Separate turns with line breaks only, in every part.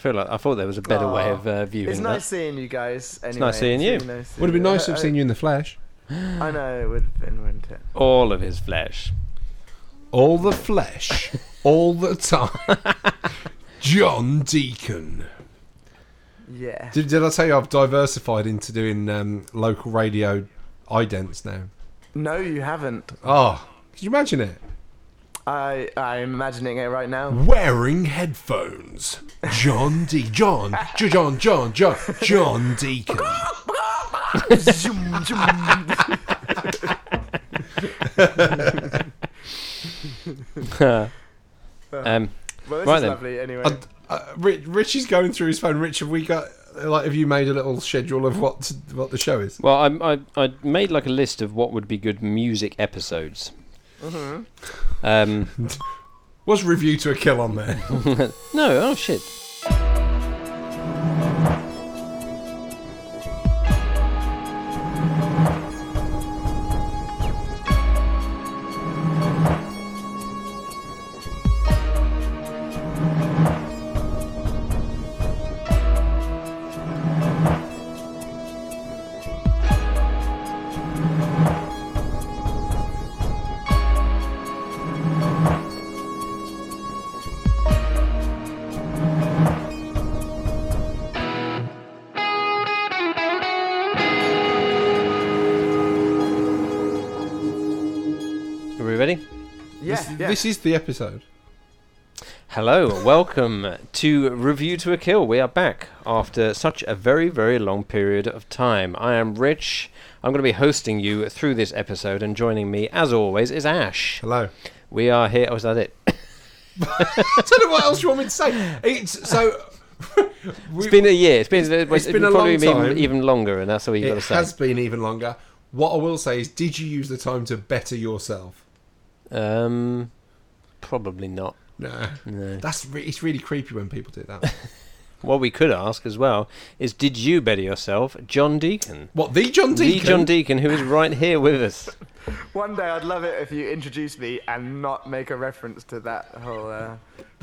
feel like I thought there was a better way of uh, viewing
It's
that.
nice seeing you guys. Anyway.
nice seeing you.
really nice
Would have been
seeing you.
nice to have seen you in the flesh.
I know it would have been, wouldn't it?
All of his flesh.
All the flesh, all the time. John Deacon.
Yeah.
Did, did I tell you I've diversified into doing um, local radio idents now?
No, you haven't.
Oh, could you imagine it?
I I'm imagining it right now.
Wearing headphones. John D. John. J- John, John, John. John Deacon.
Zoom, zoom.
um,
Well, this
Right
is
then.
lovely. Anyway,
Uh, uh, Rich, Rich is going through his phone. Rich, have we got. Like, have you made a little schedule of what what the show is?
well, I, I I made like a list of what would be good music episodes.
Mm-hmm.
Um,
Was review to a kill on there?
no, oh shit. Are we ready?
yeah,
this,
yeah.
this is the episode.
Hello, welcome to Review to a Kill. We are back after such a very, very long period of time. I am Rich. I'm going to be hosting you through this episode, and joining me, as always, is Ash.
Hello.
We are here. Oh, is that it?
I don't know what else you want me to say. It's so.
It's been a year. It's been, it's
been a
probably
long
been
time.
Even, even longer, and that's all you've got to
It
say.
has been even longer. What I will say is, did you use the time to better yourself?
Um, probably not.
No.
No.
That's re- it's really creepy when people do that.
What we could ask as well is, did you better yourself, John Deacon?
what the John Deacon?
The John Deacon, who is right here with us.
One day I'd love it if you introduced me and not make a reference to that whole. Uh,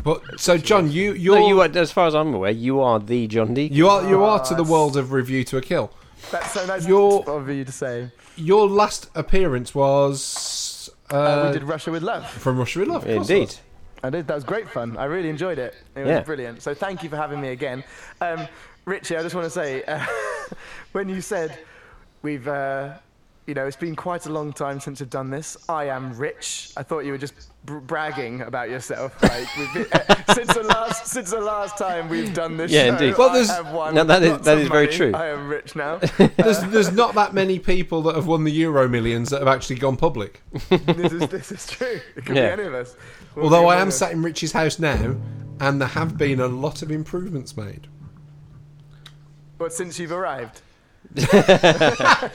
But so John, you you're,
No, you
you are
are, as far as I'm aware, you are the John Deacon.
you are to the
that's-
world of review to a kill.
that's so nice
Your-
of you to say.
Your last appearance was uh,
Uh, we did Russia with love.
from Russia with Love. of course it
Oh, Indeed.
was.
I did. That was great fun. I really enjoyed it. It was
Yeah.
brilliant. So thank you for having me again, um, Richie. I just want to say, uh, when you said we've. Uh, you know, it's been quite a long time since you've done this. I am rich. I thought you were just br- bragging about yourself. Like we've been, uh, since the last since the last time we've done this
Yeah,
show,
indeed.
Well,
I
there's-
have won
Now, that is-
lots
that
of
is very
money.
true.
I am rich now.
There's there's not that many people that have won the Euro Millions that have actually gone public.
this is this is true. It could
Yeah.
be any of us. We'll
Although
be
I
among
am
us.
sat in Richie's house now, and there have been a lot of improvements made.
But since you've arrived,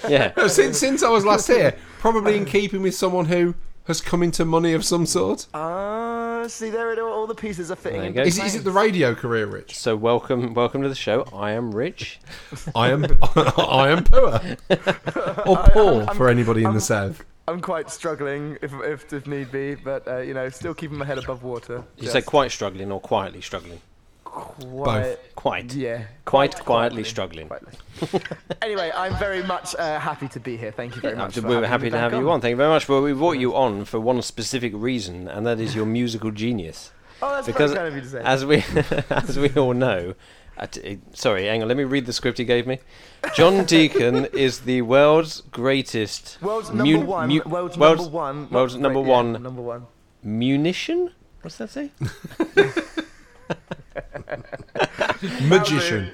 Yeah.
No, since since I was last here, probably in keeping with someone who has come into money of some sort.
ah, see there it all, all the pieces are fitting.
There you
into
go.
Is, it- is it the radio career, Rich?
So welcome, welcome to the show. I am Rich.
I am I am poor or poor for anybody in the south.
I'm quite struggling if if, if need be, but uh, you know, still keeping my head above water.
Did you say
Just
quite struggling or quietly struggling?
quiet.
Quite.
Yeah.
Quite quietly struggling.
Quite like- anyway, I'm very much uh, happy to be here. Thank you very
Yeah,
much. for
we're
having me
happy to have
back
you on. Thank you very much. Well, we brought you on for one specific reason, and that is your musical genius.
Oh, that's
Because
because kind of you to say.
As we, as we all know, at, eh, sorry, hang on. Let me read the script he gave me. John Deacon is the world's greatest
World's
mu-
number one.
mu-
world's, number one. not
world's
great,
number
yeah,
one.
Number one.
munition. What's that say?
Magician.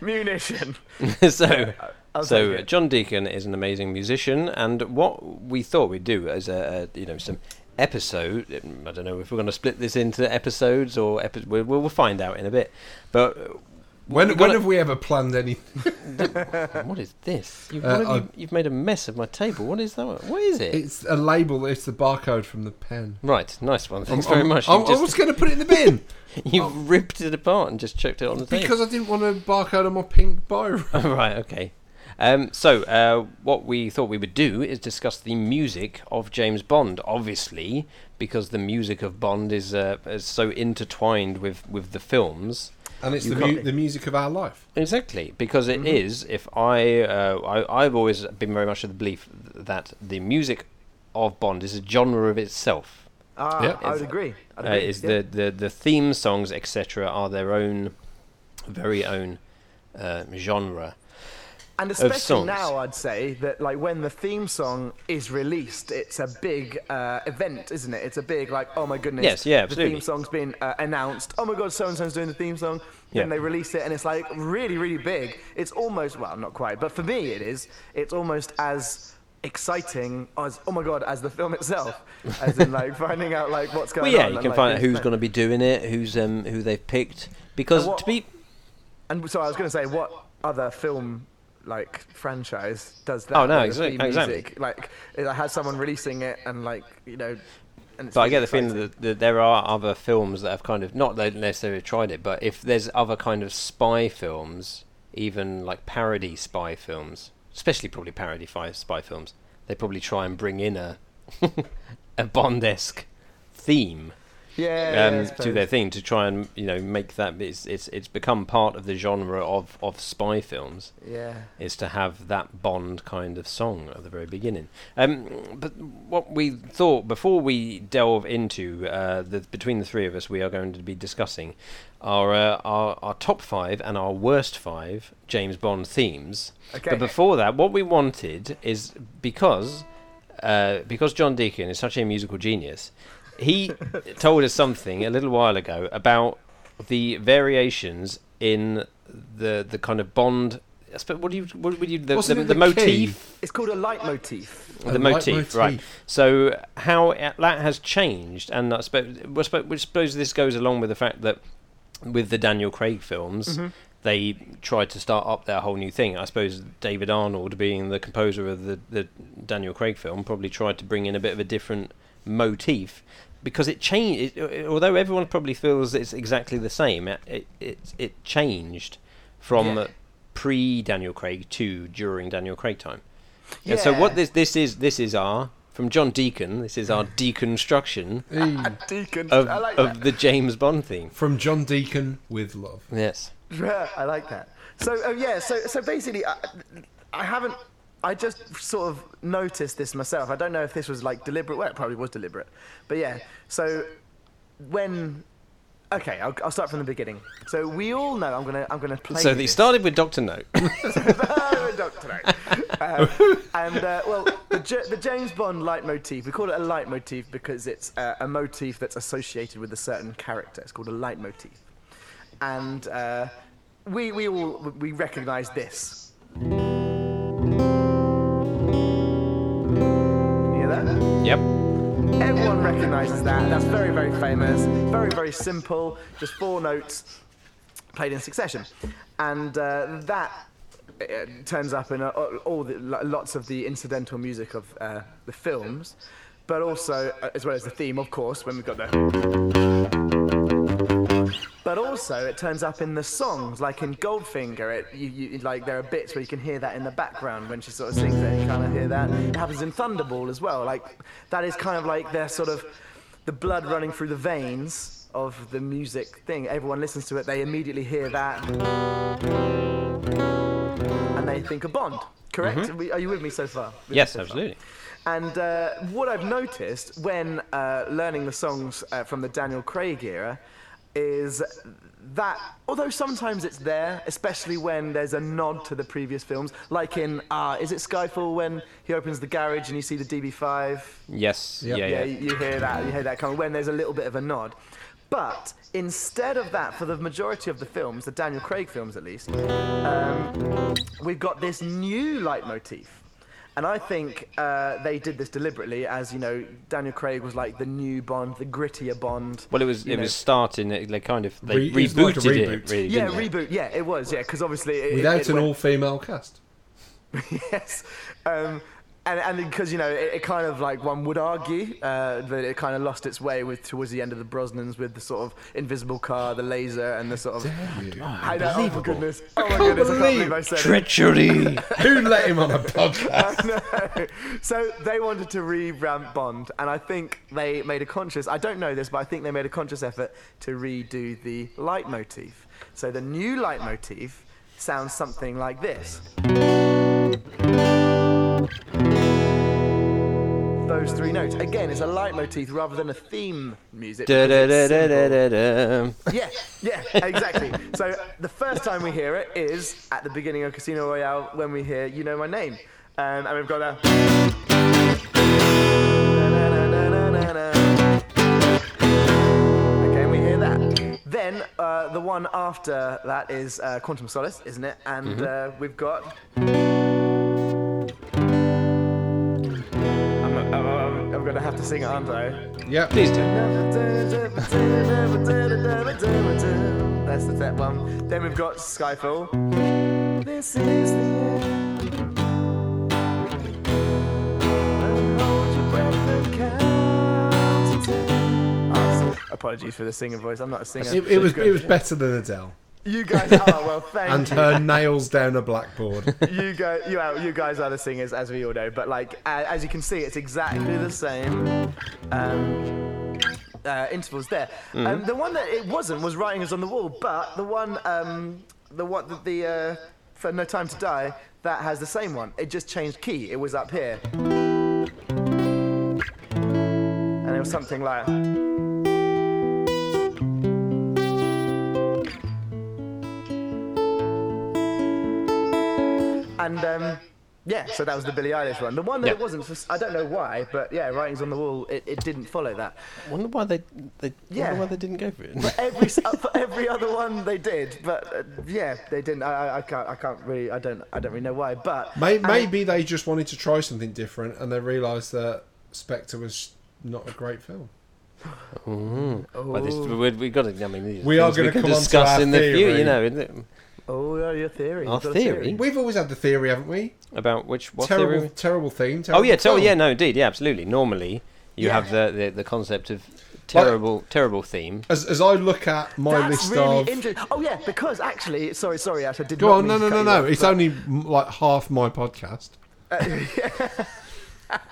Munition.
so,
Oh,
I'll
so
take
uh,
it.
John Deacon is an amazing musician, and what we thought we'd do is, a, a, you know, some episode. I don't know if we're going to split this into episodes or epi- we'll, we'll find out in a bit. But uh,
When
we
when
gotta-
have we ever planned anything?
what is this? You've,
Uh,
what have
I've-
you, have made a mess of my table. What is that? What is it?
It's a label. It's the barcode from the pen.
right, nice one. Thanks
I'm-
very
I'm-
much.
I'm-
You've,
I was
just,
going to put it in the bin
you've ripped it apart and just chucked it on the table.
because I didn't want a barcode on my pink biro.
right, okay. Um, so, uh, what we thought we would do is discuss the music of James Bond, obviously, because the music of Bond is, uh, is so intertwined with, with the films.
and it's
You
the, mu-
can't-
the music of our life.
Exactly, because it is. If I, uh, I, I've always been very much of the belief th- that the music of Bond is a genre of itself.
Ah,
Yeah.
I would
Is-
agree. I'd
Uh,
agree,
is
yeah.
the, the the theme songs etc. are their own, very own, uh, genre.
and especially
songs.
now, I'd say that like when the theme song is released, it's a big uh, event, isn't it? It's a big like, oh my goodness,
Yes, yeah,
The
absolutely.
theme song's been uh, announced. Oh my god, so and so's doing the theme song,
Yeah.
and they release it, and it's like really, really big. It's almost well, not quite, but for me, it is. It's almost as exciting as oh my god as the film itself, as in like finding out like what's
Well,
going on.
yeah, you
and,
can
like,
find out
it's
who's
like-
going to be doing it, who's um who they've picked. Because
what-
to be
And so I was going to say, what other film like franchise does that?
Oh, no,
where the
exac-
theme
exactly.
music, Like it has someone releasing it and like you know. And it's
But I get
really
the feeling
exciting.
that, that there are other films that have kind of not that they necessarily tried it, but if there's other kind of spy films, even like parody spy films, especially probably parody fi- spy films, they probably try and bring in a a Bond-esque theme
yeah, yeah, I
um, to
suppose.
their thing to try and you know make that it's it's it's become part of the genre of of spy films
yeah.
is to have that Bond kind of song at the very beginning. Um, but what we thought before we delve into uh, the between the three of us, we are going to be discussing our uh, our, our top five and our worst five James Bond themes.
Okay.
But before that, what we wanted is because uh, because John Deacon is such a musical genius, he told us something a little while ago about the variations in the the kind of Bond. I suppose- What do you what would you the, the,
Wasn't
the,
it
motif?
It's called a leitmotif.
A
Oh, the
light
motif,
motif.
right? So how it- that has changed, and I suppose, well, suppo- we suppose this goes along with the fact that with the Daniel Craig films, they tried to start up their whole new thing. I suppose David Arnold, being the composer of the, the Daniel Craig film, probably tried to bring in a bit of a different motif because it changed. It, although everyone probably feels it's exactly the same, it it it, it changed from.
Yeah.
Pre Daniel Craig to during Daniel Craig time. Yeah. so
Yeah.
what this this is this is our from John Deacon. This is our deconstruction
Hey.
Deacon.
Hmm. of
I like
of the James Bond theme.
From John Deacon with love.
Yes.
that. I like that. So oh, yeah. So so basically, I, I haven't. I just sort of noticed this myself. I don't know if this was like deliberate. Well, it probably was deliberate. But yeah. So when. Okay, I'll, I'll start from the beginning. So we all know I'm gonna I'm gonna play.
So
you
they
this.
started with Doctor No.
Oh, Doctor No. Um, and uh, well, the, J- the James Bond leitmotif, we call it a leitmotif because it's uh, a motif that's associated with a certain character. It's called a leitmotif. And uh, we, we all we recognize this. You hear that?
yep.
Everyone recognises that. That's very, very famous. Very, very simple. Just four notes played in succession, and uh, that uh, turns up in uh, all the, lo- lots of the incidental music of uh, the films, but also uh, as well as the theme, of course, when we've got the. But also, it turns up in the songs, like in Goldfinger. It, you, you, like there are bits where you can hear that in the background when she sort of sings it. You kind of hear that. It happens in Thunderball as well. Like that is kind of like their sort of the blood running through the veins of the music thing. Everyone listens to it. They immediately hear that, and they think of Bond. Correct? We- Are you with me so far? With me
Yes,
so far?
absolutely.
And uh, what I've noticed when uh, learning the songs uh, from the Daniel Craig era is that, although sometimes it's there, especially when there's a nod to the previous films, like in, uh, is it Skyfall when he opens the garage and you see the DB5?
Yes.
Yep.
Yeah.
Yeah,
Yeah.
you you hear that, you hear that coming when there's a little bit of a nod. But instead of that, for the majority of the films, the Daniel Craig films at least, um, we've got this new leitmotif. And I think uh, they did this deliberately, as you know, Daniel Craig was like the new Bond, the grittier Bond.
Well, it was
you
it
know.
was starting. It, they kind of they
Re- it was
rebooted
like a
it.
reboot.
Really,
yeah,
didn't they?
reboot. Yeah, it was. Yeah, because obviously it, it-
Without
it
an
went-
all female cast.
yes. Um, and and because you know it, it kind of like one would argue uh, that it kind of lost its way with towards the end of the Brosnans with the sort of invisible car, the laser, and the sort of. I know, oh my goodness! Oh my goodness! I can't
believe-
believe I said it.
Treachery.
Who let him on a podcast?
no. So they wanted to revamp Bond, and I think they made a conscious. I don't know this, but I think they made a conscious effort to redo the leitmotif. So the new leitmotif sounds something like this. Those three notes. Again, it's a leitmotif rather than a theme music. because it's simple.
Da-da-da-da-da-da.
Yeah, yeah, exactly. so the first time we hear it is at the beginning of Casino Royale when we hear "You Know My Name," um, and we've got a. Okay, and we hear that. Then uh, the one after that is uh, Quantum Solace, isn't it? And uh, we've got. I'm, I'm, I'm, I'm gonna have to sing it, aren't I?
Yep.
Please do.
That's the that one. Then we've got Skyfall. This is the end. And hold your breath and count to ten. Oh, so- Apologies for the singing voice. I'm not a singer.
It, it was
Good.
it was better than Adele
You guys are well. Thank
and
you.
her nails down a blackboard.
you guys, you, are, you guys are the singers, as we all know. But like, a as you can see, it's exactly the same um, uh, intervals there. Um, the one that it wasn't was "Writings on the Wall," but the one, um, the what, the, the uh, for "No Time to Die," that has the same one. It just changed key. It was up here, and it was something like. And um, yeah, so that was the Billie Eilish one. The one that
Yeah.
it wasn't, for, s- I don't know why, but yeah, writings on the wall, it, it didn't follow that.
Wonder why they they
Yeah.
wonder why they didn't go for it.
Every s- uh, for every other one they did, but uh, yeah, they didn't. I, I, I can't, I can't really, I don't, I don't really know why. But
May-
and-
Maybe they just wanted to try something different and they realised that Spectre was not a great film.
Well, this,
oh.
we, we got to. I mean, these
We are
things
gonna
can
come on to
discuss
our
in the future,
theory.
you know, isn't it?
oh, yeah, your theory.
Our
You've got a
theory?
We've always had the theory, haven't we?
about which what
terrible,
theory?
terrible theme.
Oh
Terrible
yeah, ter-
film.
yeah, no, indeed, yeah, absolutely. Normally, you
Yeah.
have the, the the concept of terrible terrible theme.
As, as I look at my
That's
list
really
of,
interesting. Oh yeah, because actually, sorry, sorry, Ash, I did
go
not mean
on, no,
to cut
no, no,
you
no.
off,
It's
but-
only mm, like half my podcast.
Uh,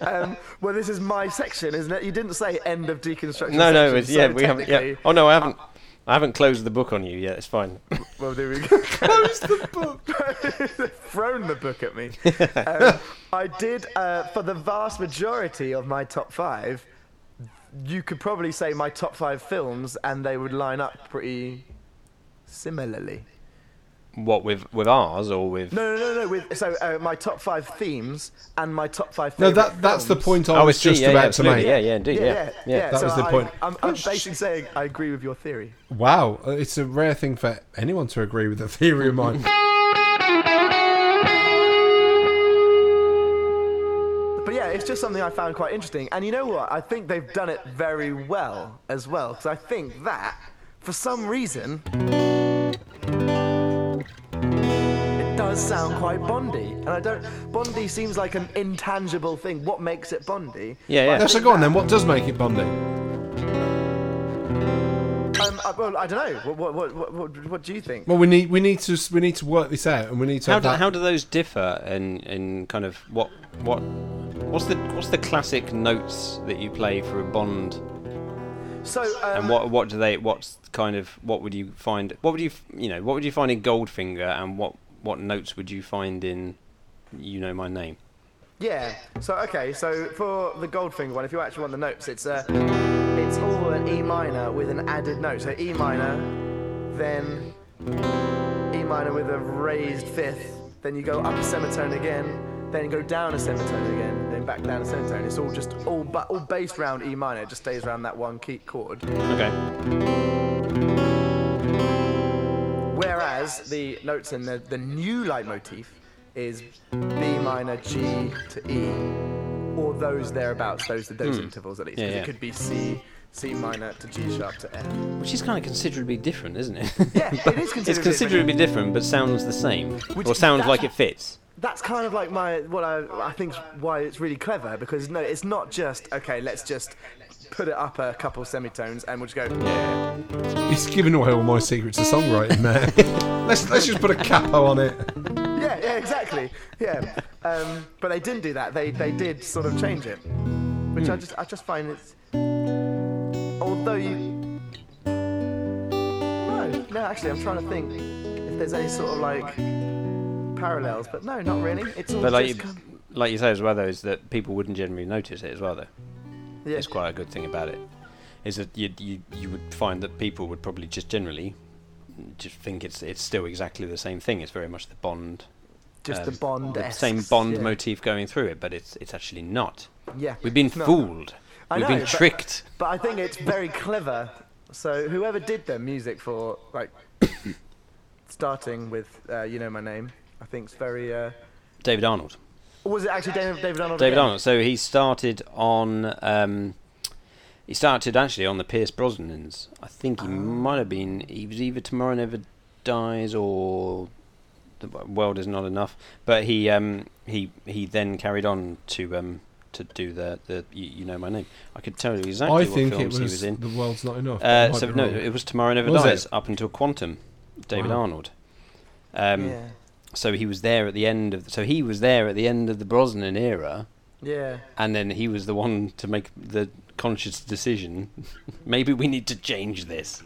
Um, well, this is my section, isn't it? You didn't say end of deconstruction.
No, no,
section,
it's, yeah,
so
we haven't. Yeah.
technically-
Oh no, I haven't. I haven't closed the book on you yet. It's fine.
Well, there we go.
Close the book.
thrown the book at me. um, I did, uh, for the vast majority of my top five, you could probably say my top five films, and they would line up pretty similarly.
What with with ours or with?
No, no, no, no. With, so uh, my top five themes and my top five.
No,
favourite
that that's the
films.
point I
Oh, I
was
see,
just
yeah, yeah,
about to
absolutely,
make.
yeah, yeah, indeed,
Yeah,
yeah,
yeah,
yeah.
That was
so
the
I-
point. Oh,
I'm, I'm basically saying I agree with your theory.
Wow, uh, it's a rare thing for anyone to agree with the theory of mine.
But yeah, it's just something I found quite interesting. And you know what? I think they've done it very well as well. Because I think that, for some reason, it does sound quite Bondy. And I don't. Bondy seems like an intangible thing. What makes it Bondy?
Yeah, yeah.
No, so go on then. What does make it Bondi?
Um, I, well, I don't know. What, what, what, what, what do you think?
Well, we need we need to s- we need to work this out, and we need to.
How
have
do,
that-
how do those differ in in kind of what what what's the what's the classic notes that you play for a Bond
So, um,
and what what do they what's kind of what would you find what would you f- you know what would you find in Goldfinger and what what notes would you find in you know my name
Yeah. So okay. So for the Goldfinger one, if you actually want the notes, it's uh, it's all an E minor with an added note. So E minor, then E minor with a raised fifth. Then you go up a semitone again. Then you go down a semitone again. Then back down a semitone. It's all just all but all based round E minor. It just stays around that one key chord.
okay
Whereas the notes in the, the new leitmotif is B minor, G to E, or those thereabouts, those those intervals at least.
Hmm. Yeah,
'cause
yeah.
It could be C, C minor to G sharp to F.
which is kind of considerably different isn't it
Yeah, it is
it's
considerably
considerably different but sounds the same
Which-
or sounds
that's-
like it fits
that's kind of like my what I I think why it's really clever because no, it's not just okay. Let's just put it up a couple semitones and we'll just go.
He's giving away all my secrets of songwriting, man. let's let's just put a capo on it.
Yeah, yeah, exactly. Yeah, um, but they didn't do that. They they did sort of change it, which
Hmm.
I just I just find it's although you no no actually I'm trying to think if there's any sort of like parallels, but no, not really. It's all
But like you,
just com-
like you say as well, though, is that people wouldn't generally notice it as well, though.
yeah.
It's quite a good thing about it, is that you you you would find that people would probably just generally just think it's it's still exactly the same thing. It's very much the Bond,
just the
um,
Bond,
the same
esques,
Bond
yeah.
motif going through it, but it's it's actually not.
Yeah,
We've been
No.
fooled.
I
We've
know,
been
but-
tricked.
But I think it's very clever. So whoever did the music for like starting with uh, you know my name, I think it's very. Uh,
David Arnold.
or was it actually David, David Arnold?
David
again?
Arnold. So he started on. Um, he started actually on the Pierce Brosnan's. I think he
Ah.
might have been. He was either Tomorrow Never Dies or The W- World Is Not Enough. But he um, he he then carried on to um, to do the the you, you know my name. I could tell you exactly
I
what
think it
films
was,
he was in.
the world's not enough.
Uh,
I might
so
be
no,
wrong.
it was Tomorrow Never
Was it?
Dies up until Quantum. David
Wow.
Arnold. Um,
Yeah.
So he was there at the end of. So he was there at the end of the Brosnan era
Yeah.
and then he was the one to make the conscious decision. Maybe we need to change this.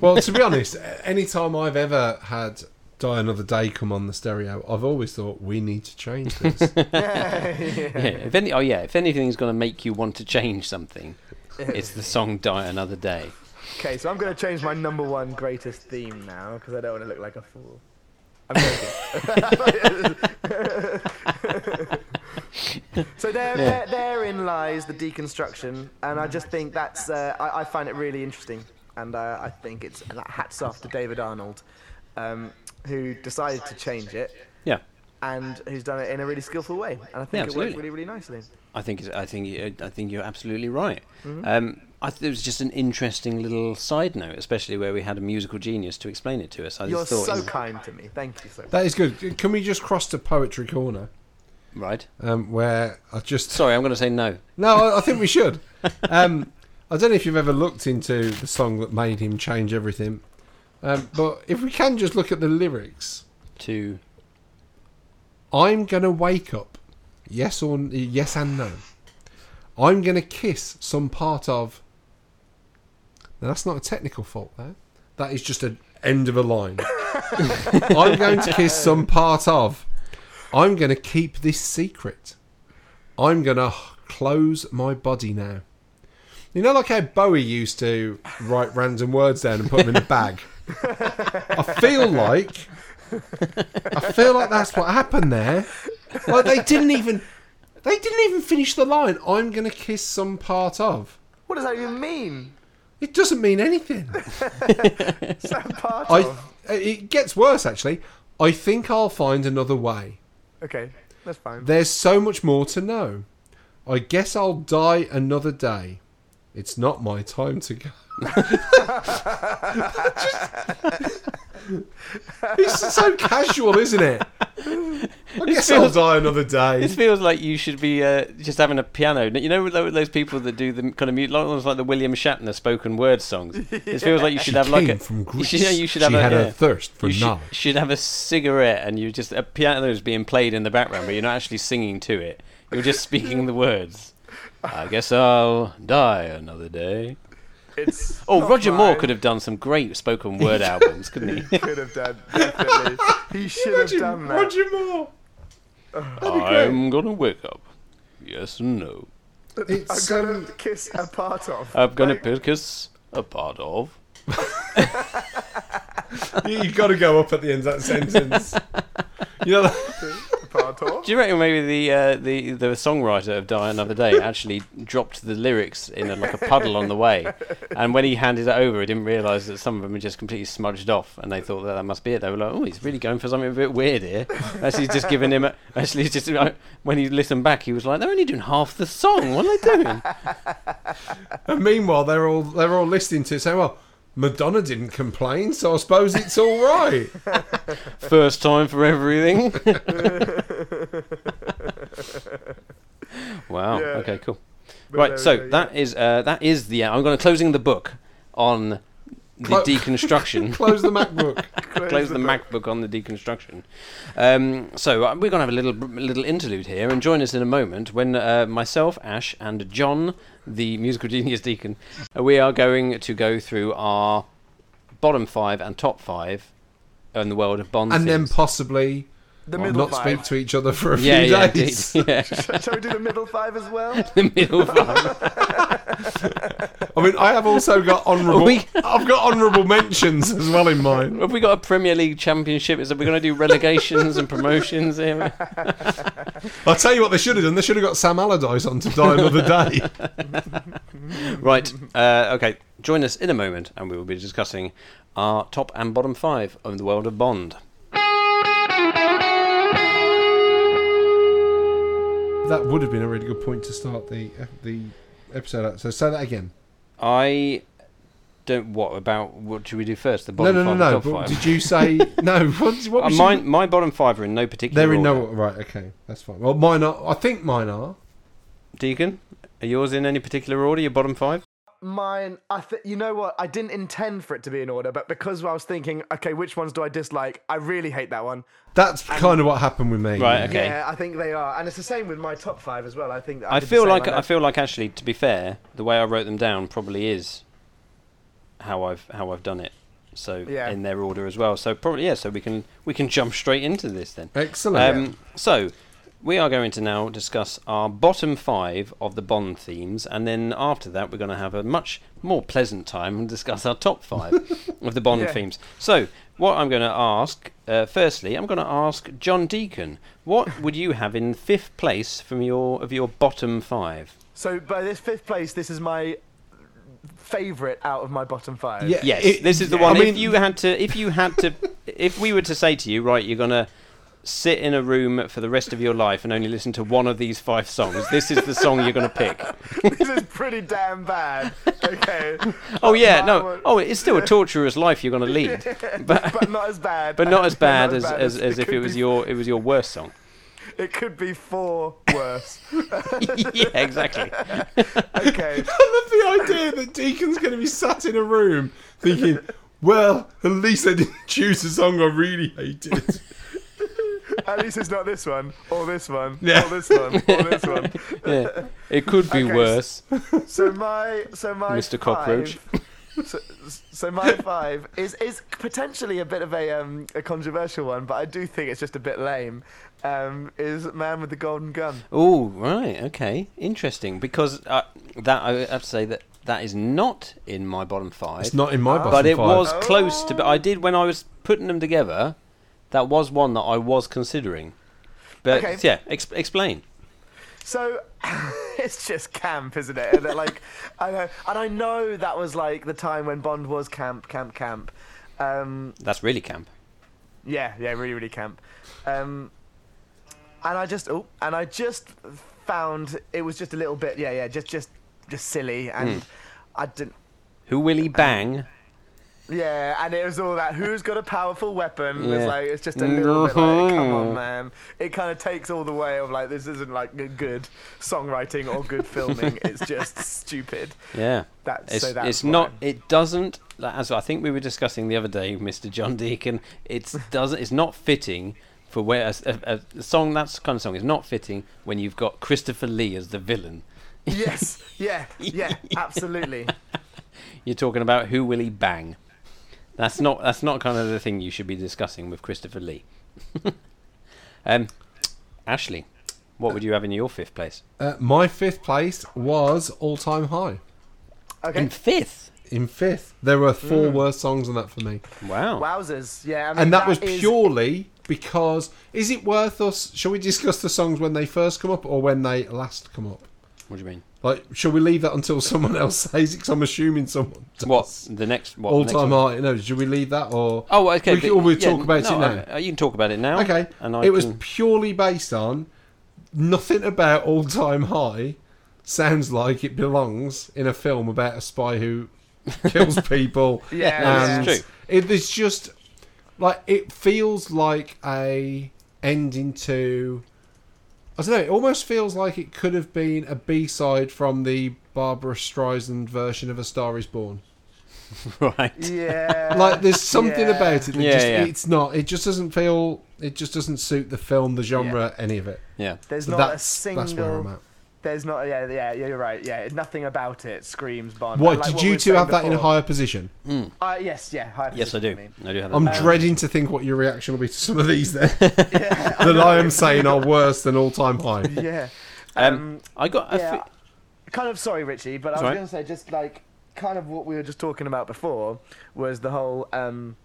well, to be honest, any time I've ever had Die Another Day come on the stereo, I've always thought we need to change this.
Yeah. If any, oh yeah, if anything's going to make you want to change something, it's the song "Die Another Day."
Okay, so I'm gonna change my number one greatest theme now because I don't want to look like a fool. I'm joking. so there, there, therein lies the deconstruction, and I just think that's uh, I, I find it really interesting, and uh, I think it's like, hats off to David Arnold, um, who decided to change it
Yeah,
and who's done it in a really skillful way, and I think it
absolutely.
worked really, really nicely.
I think it's- I think you- I think you're absolutely right.
Mm-hmm.
Um, I th- it was just an interesting little side note, especially where we had a musical genius to explain it to us. I
You're
just thought,
so
it was-
kind to me. Thank you so much.
that is good. Can we just cross to Poetry Corner,
right?
um, where I just
Sorry, I'm going to say no.
no, I, I think we should. Um, I don't know if you've ever looked into the song that made him change everything, um, but if we can just look at the lyrics,
To
I'm gonna wake up, yes or n- yes and no. I'm gonna kiss some part of. Now that's not a technical fault there. That is just an end of a line. I'm going to kiss some part of. I'm gonna keep this secret. I'm gonna h- close my body now. You know, like how Bowie used to write random words down and put them in a bag. I feel like I feel like that's what happened there. Like they didn't even they didn't even finish the line. I'm gonna kiss some part of.
What does that even mean?
It doesn't mean anything.
Is that part
I
of?
it gets worse actually. I think I'll find another way.
Okay, that's fine.
There's so much more to know. I guess I'll die another day. It's not my time to go. Just, it's so casual, isn't it? I guess I'll
feels-
die another day.
This feels like you should be uh, just having a piano. You know tho- those people that do the kind of mute, like, almost like the William Shatner spoken word songs. This feels like you should have like
came
a.
from
you
Greece.
should, you should have
she
a,
had
yeah.
a thirst for
you should,
knowledge.
should have a cigarette, and you just a piano is being played in the background, but you're not actually singing to it. You're just speaking the words. I guess I'll die another day.
It's
Oh,
not
Roger Moore
mine.
could have done some great spoken word albums, couldn't he?
could have done definitely. He should have done that.
Roger Moore.
I'm gonna wake up. Yes and no.
I'm
It's,
gonna
um,
kiss a part of.
I'm gonna
Like,
pick us a part of.
um, you, have got to go up at the end of that sentence. you know,
a part of.
Do you reckon maybe the uh, the the songwriter of Die Another Day actually dropped the lyrics in a, like a puddle on the way, and when he handed it over, he didn't realise that some of them were just completely smudged off, and they thought that that must be it. They were like, "Oh, he's really going for something a bit weird here." Actually, he's just giving him. A, actually, he's just uh, when he listened back, he was like, "They're only doing half the song. What are they doing?"
and meanwhile they're all they're all listening to it saying, "Well, Madonna didn't complain, so I suppose it's all right."
First time for everything. Wow.
Yeah.
Okay. Cool.
But there
right.
we go,
So
yeah.
that is uh, that is the. I'm going to closing the book on the
Clo-
deconstruction.
Close the MacBook.
Close the MacBook on the deconstruction. Um, so uh, we're going to have a little little interlude here, and join us in a moment when uh, myself, Ash, and John, the musical genius deacon, uh, we are going to go through our bottom five and top five in the world of Bond.
and then
themes.
possibly
The middle
not
five.
speak to each other for a
yeah,
few
yeah, indeed.
days.
yeah,
Shall we do the middle five as well?
the middle five.
I mean, I have also got honourable.
We-
I've got honourable mentions as well in mine.
Have we got a Premier League championship? Is that we're going to do relegations and promotions here?
I'll tell you what they should have done. They should have got Sam Allardyce on to die another day.
Right. Uh, okay. Join us in a moment, and we will be discussing our top and bottom five of the world of Bond.
that would have been a really good point to start the uh, the episode at. So say that again.
I don't. What about what should we do first? The bottom
no, no,
five,
no, no.
and top
But
five.
did you say no? What, what
Uh,
was
mine, my bottom five are in no
You,
particular.
they're in
order.
no right. Okay, that's fine. Well, mine are. I think mine are.
Deacon, are yours in any particular order? Your bottom five?
Mine, I th- you know what? I didn't intend for it to be in order, but because I was thinking, okay, which ones do I dislike? I really hate that one.
That's kind of what happened with me.
Right, okay.
Yeah, I think they are, and it's the same with my top five as well. I think
I
did the
feel
same.
like
know-
I feel like actually, to be fair, the way I wrote them down probably is how I've how I've done it. So
Yeah.
in their order as well. So probably yeah. So we can we can jump straight into this then.
Excellent.
Um, so, we are going to now discuss our bottom five of the Bond themes, and then after that, we're going to have a much more pleasant time and discuss our top five of the Bond
Yeah.
themes. So, what I'm going to ask, uh, firstly, I'm going to ask John Deacon, what would you have in fifth place from your of your bottom five?
So by this fifth place, this is my favorite out of my bottom five.
Yeah.
Yes,
It-
this is the
yeah.
one.
I mean-
if you had to, if you had to, if we were to say to you, right, you're gonna sit in a room for the rest of your life and only listen to one of these five songs. This is the song you're gonna pick.
this is pretty damn bad. Okay,
Oh yeah,
Mine
no,
were-
oh, it's still a torturous life you're gonna lead, but
but not as bad.
but not as bad as
bad
as,
as-
as
it
if
could
it was
be-
your it was your worst song.
it could be four worse.
yeah, exactly.
Okay.
I love the idea that Deacon's going to be sat in a room thinking, well, at least I didn't choose a song I really hated.
At least it's not this one, or this one,
Yeah.
or this one, or this one.
Yeah, it could be
Okay, s-
worse.
So my, so my,
Mr. Cockroach.
five- So, so my five is is potentially a bit of a um a controversial one, but I do think it's just a bit lame. Um, is Man with the Golden Gun?
Oh right, okay, interesting. Because uh, that I have to say that that is not in my bottom five.
It's not in my bottom
but it
five.
was close to. But
Oh.
I did when I was putting them together. That was one that I was considering. But
Okay.
yeah, ex- explain.
So it's just camp, isn't it? And they're like, I know, and I know that was like the time when Bond was camp, camp, camp. Um,
That's really camp.
yeah, yeah, really, really camp. Um, and I just, oh, and I just found it was just a little bit, yeah, yeah, just, just, just silly, and I didn't.
Who will he bang?
Yeah, and it was all that. Who's got a powerful weapon?
Yeah.
It's like it's just a little bit like,
Mhm.
come
Mm-hmm.
on, man. It kind of takes all the way of like this isn't like g- good songwriting or good filming. it's just stupid.
Yeah.
That's
It's,
so that's
it's
why.
not. It doesn't. like, As I think we were discussing the other day, Mr. John Deacon. It's doesn't. It's not fitting for where a, s- a- a song that's kind of song is not fitting when you've got Christopher Lee as the villain.
Yes, yeah, yeah, absolutely.
You're talking about who will he bang? That's not. That's not kind of the thing you should be discussing with Christopher Lee. um, Ashley, what would you have in your fifth place?
Uh, my fifth place was All Time High.
Okay,
In fifth.
In fifth. There were four
Mm.
worst songs on that for me.
Wow.
wowzers. Yeah, I mean,
And that, was
is-
purely because. Is it worth us. Shall we discuss the songs when they first come up or when they last come up?
What do you mean?
Like, shall we leave that until someone else says it? 'Cause I'm assuming someone. Does.
What the next? What,
All
the next
time
one?
high. No, should we leave that or?
Oh, okay.
We can,
but-
or we'll
yeah,
talk about
no,
it now.
I- uh, you can talk about it now.
Okay.
And I
it was
can-
purely based on nothing about all time high sounds like it belongs in a film about a spy who kills people.
Yeah,
that's
and
true.
It is just like it feels like a ending to I don't know. It almost feels like it could have been a B side from the Barbara Streisand version of A Star Is Born.
right.
Yeah.
Like there's something
Yeah.
about it that
Yeah,
just
yeah.
it's not. It just doesn't feel. It just doesn't suit the film, the genre, any of it.
Yeah.
There's
So
not a
that's
single.
that's where I'm at.
There's not. Yeah, yeah, yeah, you're right. Yeah, nothing about it screams Bond.
What
Like
did
what we
you
were
two
saying
have that in a
before.
higher position?
Uh, yes, yeah. High
Yes, I do.
position, mean.
I do have. That
I'm
Um,
in my
dreading to think what your reaction will be to some of these then
Yeah.
that I am saying are worse than all time high.
yeah.
Um,
Um,
I got. A
yeah.
fe-
kind of sorry, Richie, but
That's
I was
right.
going to say just like kind of what we were just talking about before was the whole. Um,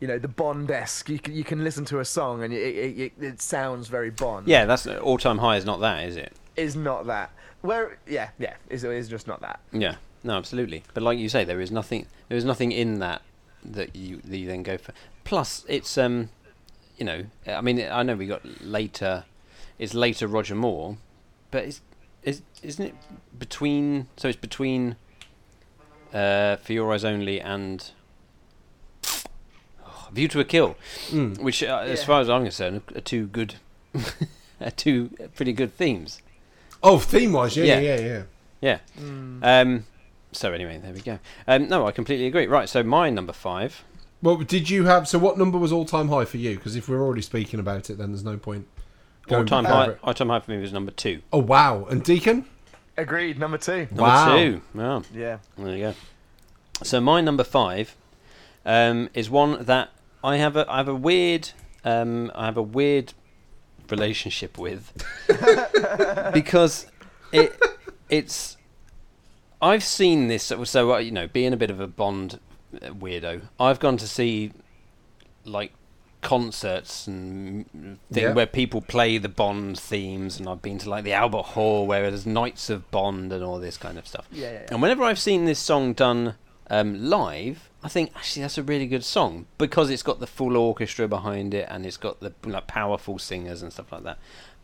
you know the Bond-esque. You can, you can listen to a song and it, it, it, it sounds very Bond.
yeah, that's all time high. Is not that, is it?
is not that. Where? Yeah, yeah. Is is just not that.
Yeah. No, absolutely. But like you say, there is nothing. There is nothing in that that you that you then go for. Plus, it's um, you know, I mean, I know we got later. It's later Roger Moore, but it's is isn't it between? So it's between. Uh, for your eyes only and. Oh, View to a Kill,
Mm.
which, uh, as
Yeah.
far as I'm concerned, are two good, are two pretty good themes.
Oh, theme wise, yeah,
Yeah.
yeah, yeah, yeah.
Yeah. Um, so anyway, there we go. Um, no, I completely agree. Right, so my number five.
Well, did you have? So, what number was all time high for you? Because if we're already speaking about it, then there's no point.
All
going
time
over
high,
it.
all time high for me was number two.
Oh wow! And Deacon.
Agreed. Number two.
Number
Wow.
two. Wow.
Yeah.
There you go. So my number five um, is one that I have a I have a weird um, I have a weird relationship with because it it's I've seen this so, so uh, you know being a bit of a Bond uh, weirdo I've gone to see like concerts and m- thing
Yeah.
where people play the Bond themes and I've been to like the Albert Hall where there's Knights of Bond and all this kind of stuff
Yeah. yeah, yeah.
and whenever I've seen this song done um, live, I think actually that's a really good song because it's got the full orchestra behind it and it's got the like powerful singers and stuff like that.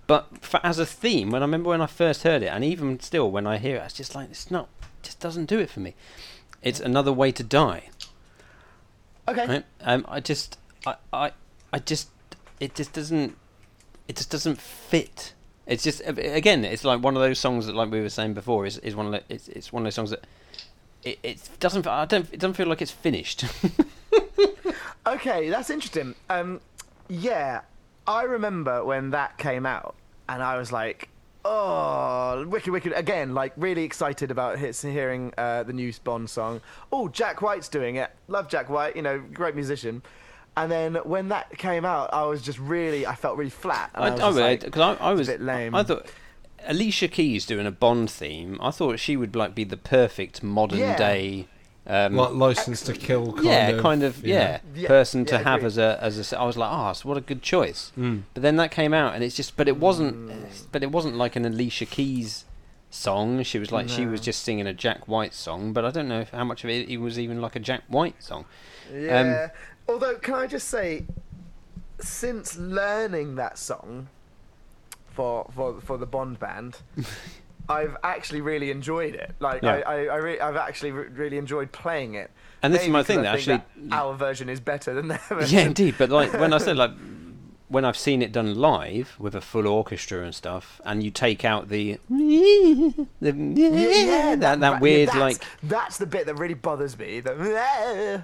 But for, as a theme, when I remember when I first heard it, and even still when I hear it, it's just like it's not, just doesn't do it for me. It's another way to die.
Okay.
Right? Um, I just, I, I, I just, it just doesn't, it just doesn't fit. It's just again, it's like one of those songs that, like we were saying before, is, is one of the, it's, it's one of those songs that it, it doesn't. I don't. It doesn't feel like it's finished.
Okay, that's interesting. Um, yeah, I remember when that came out, and I was like, "Oh, wicked, wicked!" Again, like really excited about his, hearing uh, the new Bond song. Oh, Jack White's doing it. Love Jack White. You know, great musician. And then when that came out, I was just really, I felt really flat. And
I,
was
I,
just like,
would- 'cause I, I was
bit lame.
I thought Alicia Keys doing a Bond theme. I thought she would like be the perfect modern
Yeah.
day. Um,
Like license to kill. Kind
yeah,
of,
kind of,
you know.
yeah,
Yeah,
person to
yeah,
have
agreed.
as a as a. s- I was like, ah, so what a good choice.
Mm.
But then that came out, and it's just, but it wasn't,
Mm.
but it wasn't like an Alicia Keys song. She was like, she was
No.
just singing a Jack White song, but I don't know if, how much of it, it was even like a Jack White song. Um,
Yeah. Although, can I just say, since learning that song for for for the Bond band, I've actually really enjoyed it. Like,
Yeah.
I, I, I re- I've actually re- really enjoyed playing it.
And this is
Maybe
my
'cause
thing
I
that
think
actually-
that our version is better than their version.
yeah, indeed. But like when I said like when I've seen it done live with a full orchestra and stuff, and you take out the the
Yeah,
that that,
ra- yeah,
weird
that's-
like
that's the bit that really bothers me. That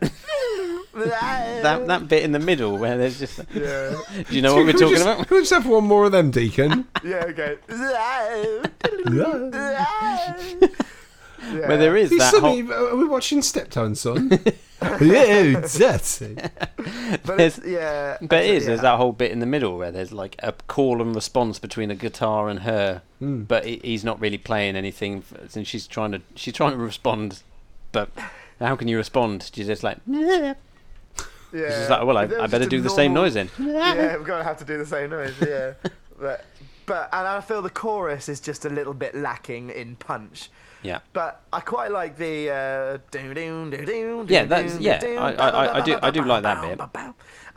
that
that
that bit in the middle where there's just
yeah
do you know what we're
Can we
talking
just-
about?
Can we just have one more of them, Deacon?
yeah
yeah.
okay.
Where there is
He's
that
suddenly,
whole,
are we watching Steptoe Son? yeah, dirty.
But
There's-
it's, yeah,
but it is
yeah.
there's that whole bit in the middle where there's like a call and response between a guitar and her,
Hmm.
but he, he's not really playing anything, f- and she's trying to she's trying to respond, but how can you respond? She's just like.
Yeah.
She's like, well, I,
If there
I
was
better
just a
do the same
normal-
noise then.
Yeah, we're gonna have to do the same noise. Yeah, but but and I feel the chorus is just a little bit lacking in punch.
Yeah.
But I quite like the uh, do do do do.
Yeah, that's- yeah, I- I- I- I do- I do like that bit.
And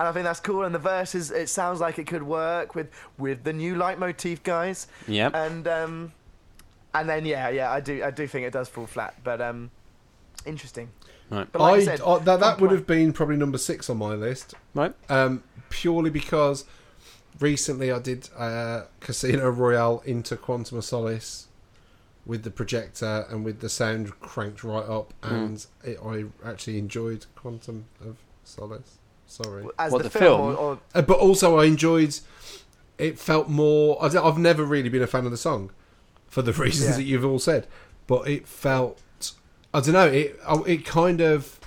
I think that's cool. And the verses, it sounds like it could work with with the new leitmotif guys.
Yep.
And um, and then yeah, yeah, I do I do think it does fall flat, but um, interesting.
Right.
But like I,
I,
said,
I- that, that
on
would
point.
have been probably number six on my list,
Right.
um, purely because recently I did uh, Casino Royale into Quantum of Solace with the projector and with the sound cranked right up, and it, I actually enjoyed Quantum of Solace. Sorry,
As
What,
the,
the film?
film, or, or
Uh, but also I enjoyed. It felt more. I don't- I've never really been a fan of the song, for the reasons
Yeah.
that you've all said. But it felt. I don't know. It oh, it kind of.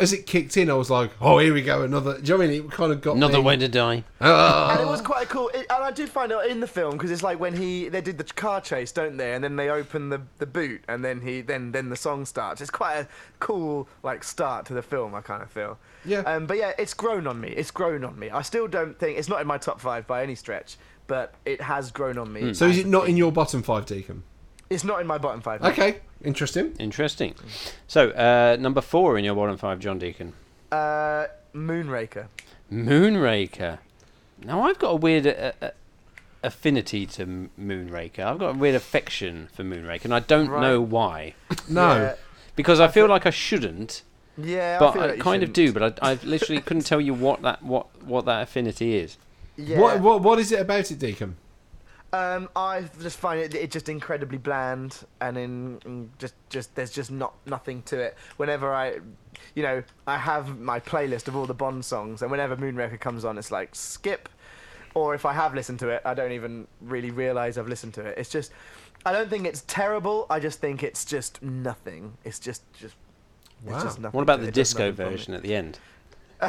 As it kicked in, I was like, "Oh, here we go, another." Do you know what I mean? It kind of got
Another
me-
way to die.
Ah.
and it was quite cool. It, and I do find out in the film because it's like when he they did the car chase, don't they? And then they open the, the boot, and then he then then the song starts. It's quite a cool like start to the film. I kind of feel.
Yeah.
Um, but yeah, it's grown on me. It's grown on me. I still don't think it's not in my top five by any stretch, but it has grown on me.
Hmm. So is it not in your bottom five, Deacon?
It's not in my bottom five.
Okay, interesting.
Interesting. So, uh, number four in your bottom five, John Deacon.
Uh, Moonraker.
Moonraker. Now, I've got a weird uh, uh, affinity to M- Moonraker. I've got a weird affection for Moonraker, and I don't
Right.
know why.
No,
Because I feel like I shouldn't,
Yeah, yeah I,
but
feel
I
like you
kind of
shouldn't.
do. But I, I literally couldn't tell you what that what what that affinity is.
Yeah.
what what what is it about it, Deacon?
Um, I just find it, it just incredibly bland, and in, in just just there's just not nothing to it. Whenever I, you know, I have my playlist of all the Bond songs, and whenever Moonraker comes on, it's like skip, or if I have listened to it, I don't even really realize I've listened to it. It's just, I don't think it's terrible. I just think it's just nothing. It's just just.
Wow.
It's just nothing
What about
to
the
it. It does
disco
nothing for me.
version at the end?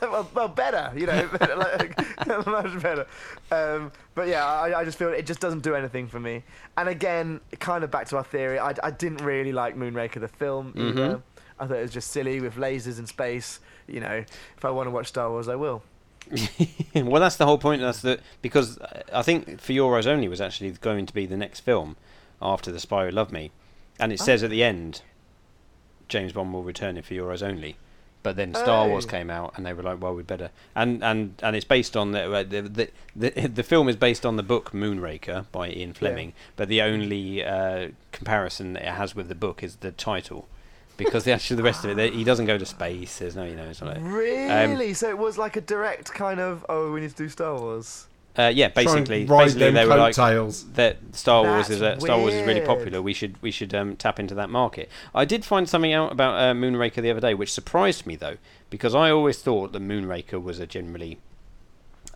well, well, better, you know, better, like, much better. Um, but yeah, I, I just feel it just doesn't do anything for me. And again, kind of back to our theory, I, I didn't really like Moonraker the film
Mm-hmm.
either. I thought it was just silly with lasers and space. You know, if I want to watch Star Wars, I will.
well, that's the whole point. That's the because uh, I think for your eyes only was actually going to be the next film after the Spy Who Loved Me, and
Oh.
it says at the end, James Bond will return in for your eyes only. But then Star Wars
Oh.
came out, and they were like, "Well, we better." And and and it's based on the uh, the the, the, the film is based on the book Moonraker by Ian Fleming, but the only uh, comparison it has with the book is the title, because the actually the rest
Ah.
of it, they- he doesn't go to space. There's no, you know, it's not. Like,
Really?
Um,
so it was like a direct kind of, oh, we need to do Star Wars.
uh, yeah,
Try and
basically,
ride
basically
them
they were like,
coattails.
that Star Wars
That's
is uh, Star Wars is really
weird.
popular. We should we should um, tap into that market. I did find something out about uh, Moonraker the other day, which surprised me though, because I always thought that Moonraker was a generally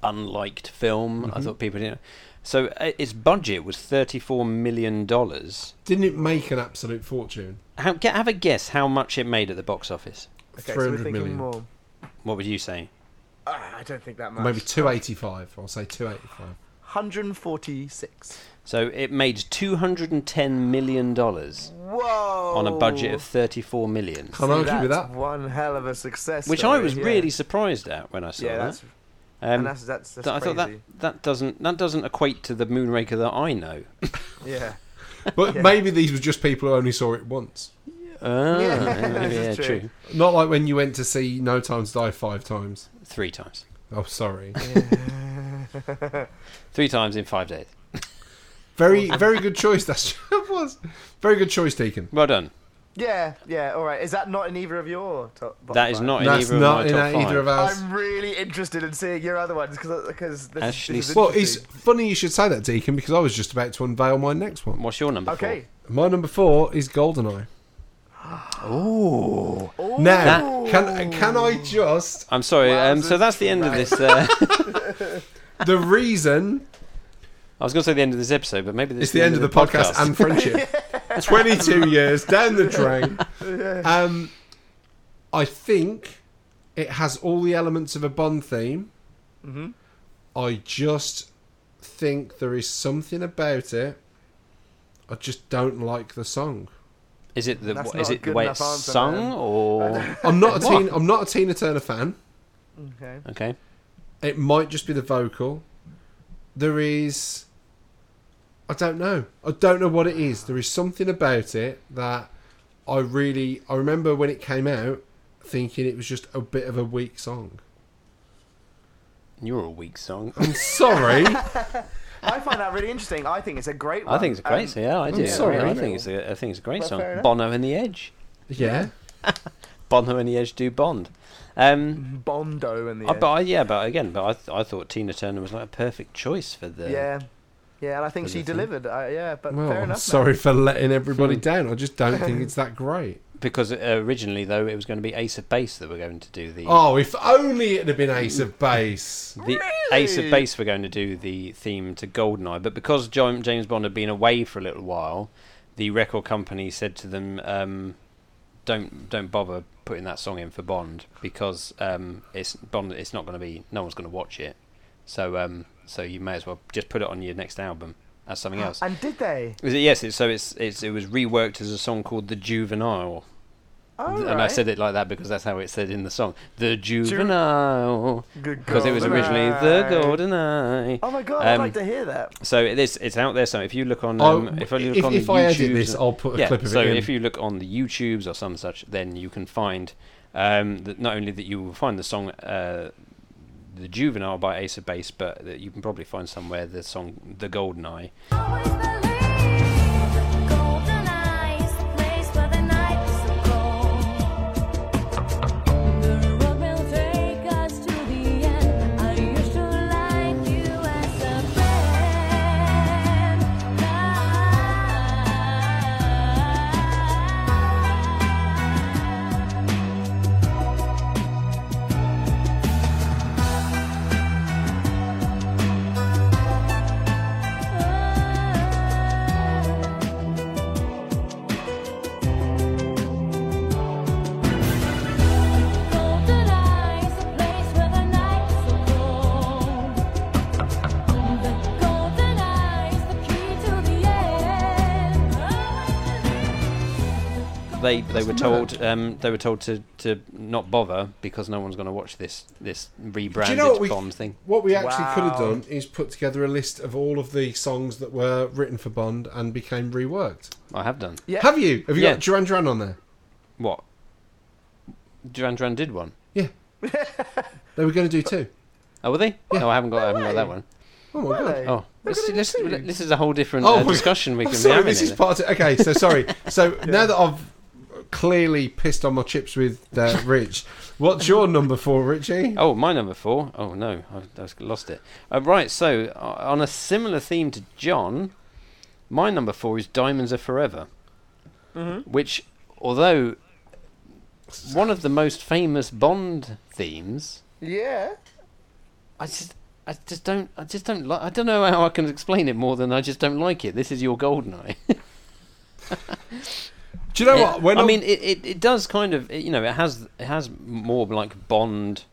unliked film.
Mm-hmm.
I thought people didn't. So uh, its budget was thirty four million dollars.
Didn't it make an absolute fortune?
How, ge- have a guess how much it made at the box office.
Okay, so we're
300
thinking
million.
more.
What would you say?
Ah, I don't think that much.
Maybe two eighty five. I'll say two eighty five.
146.
So it made two hundred and ten million dollars
Whoa!
on a
Oh.
budget of thirty four million,
Can't argue with
That's
that.
One hell of a success.
which I
story,
was
yeah.
really surprised at when I saw
Yeah,
that.
that's,
Um,
and that's that's, that's
Th- I
crazy.
thought that that doesn't that doesn't equate to the Moonraker that I know.
Yeah.
But
Yeah.
maybe these were just people who only saw it once.
Ah,
Yeah,
yeah,
this
yeah,
is
true.
true.
Not like when you went to see No Time to Die five times.
Three times,
Oh, sorry.
three times in five days.
Very, very good choice. That was very good choice, Deacon.
Well done.
Yeah, yeah. All right. Is that not in either of your top? bottom
That is
five?
not in
That's
either of
not
my
in
top five.
either of ours.
I'm really interested in seeing your other ones because this,
Ashley
this is
Well, it's
interesting.
funny you should say that, Deacon, because I was just about to unveil my next one.
What's your number?
okay.
My number four is Goldeneye.
Oh,
Now,
That-
can can I just
I'm sorry. Um, so
Wowzers.
that's the end of this. Uh,
the reason
I was going to say the end of this episode, but maybe this
it's the end of the podcast, and friendship. Twenty two years down the drain. Um, I think it has all the elements of a Bond theme. Mm-hmm. I just think there is something about it. I just don't like the song.
is it the
That's
what, is
not a
it the
good
way
enough
it's
answer,
sung
man.
or
I'm not a teen, I'm not a Tina Turner fan.
Okay.
okay?
It might just be the vocal. There is. I don't know. I don't know what it is. There is something about it that I really. I remember when it came out thinking it was just a bit of a weak song.
You're a weak song.
I'm sorry.
I find that really interesting. I think it's a great one.
I think it's a great.
Um,
song. yeah, I do.
sorry.
I think it's a, I think it's a great
Well, fair
song.
enough.
Bono and the Edge.
yeah.
Bono and the Edge do Bond. Um,
Bondo in the
I,
end.
but I, yeah, but again, but I, th- I thought Tina Turner was like a perfect choice for the.
yeah, yeah, and I think
Was
she
it thing?
delivered. I, yeah, but
Well,
fair
I'm
enough. mate.
sorry for letting everybody
Hmm.
down. I just don't think it's that great.
Because uh, originally, though, it was going to be Ace of Base that were going to do the.
Oh, if only it had been Ace of Base.
The Ace of
Really?
Base were going to do the theme to Goldeneye, but because Jo- James Bond had been away for a little while, the record company said to them, um, "Don't don't bother putting that song in for Bond because um, it's Bond. It's not going to be. No one's going to watch it. So um, so you may as well just put it on your next album as something else."
And did they?
Is it- yes, it's, so it's, it's it was reworked as a song called "The Juvenile,"
Oh,
and I
right.
said it like that because that's how it said in the song, "The Juvenile,"
Good
because it was
golden
originally "The
eye.
Golden Eye."
Oh my god! I'd
Um,
like to hear that.
So it is, it's out there. So if you look on,
I'll-
um, if, I look
if,
on the
if I edit
YouTubes-
this, I'll put a
yeah.
clip of
so
it in.
if you look on the YouTubes or some such, then you can find um, that not only that you will find the song uh, "The Juvenile" by Ace of Base, but that you can probably find somewhere the song "The Golden Eye."
Always believe golden eyes, place where the night is so cold. The road will take us to the end. I used to like you as a friend. Golden eyes, a place where the night is so cold. The golden eyes, the key to the end.
They they were
mad.
told um, they were told to, to not bother because no one's going to watch this this rebranded
what we-
Bond thing.
What we actually could have
Wow.
done is put together a list of all of the songs that were written for Bond and became reworked.
I have done
Yeah.
Have you? Have you
Yeah.
got Duran Duran on there?
what? Duran Duran did one.
Yeah. they were going to do two.
Oh, were they?
Yeah.
No, I haven't got. I haven't got
way.
that one.
Oh my god.
Really?
Oh, this,
at
this,
these dudes.
this is a whole different
Oh
uh,
my-
discussion we
I'm
can be
sorry,
having.
this is
here.
part of. Okay, so sorry. So now that I've clearly pissed on my chips with uh, Rich, what's your number four, Richie?
Oh, my number four. Oh no, I, I've lost it. Uh, right, so uh, on a similar theme to John, my number four is "Diamonds Are Forever," which, although one of the most famous Bond themes,
Yeah.
I just, I just don't, I just don't like. I don't know how I can explain it more than I just don't like it. This is your golden eye.
Do you know
It-
what? When
I
I'm-
mean, it, it, it does kind of it- you know it has it has more like Bond